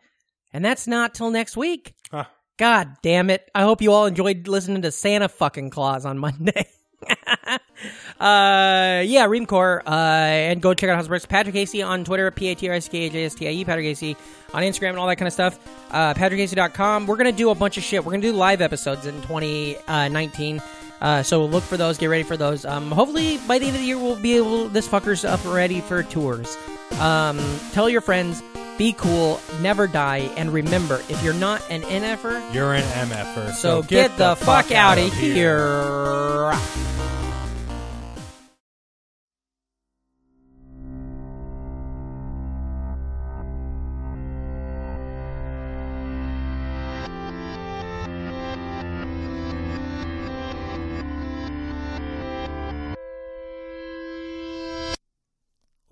and that's not till next week.
Huh.
God damn it. I hope you all enjoyed listening to Santa fucking Claus on Monday. uh, yeah, Reamcore. Uh, and go check out House of Bricks. Patrick Casey on Twitter, P A T R I C K A J S T I E, Patrick Casey on Instagram and all that kind of stuff. Uh, PatrickCasey.com. We're going to do a bunch of shit. We're going to do live episodes in 2019. Uh, so look for those. Get ready for those. Um, hopefully, by the end of the year, we'll be able, this fucker's up ready for tours. Um, tell your friends, be cool, never die, and remember if you're not an NFer,
You're an er, MFer.
so get, the, fuck, out of here.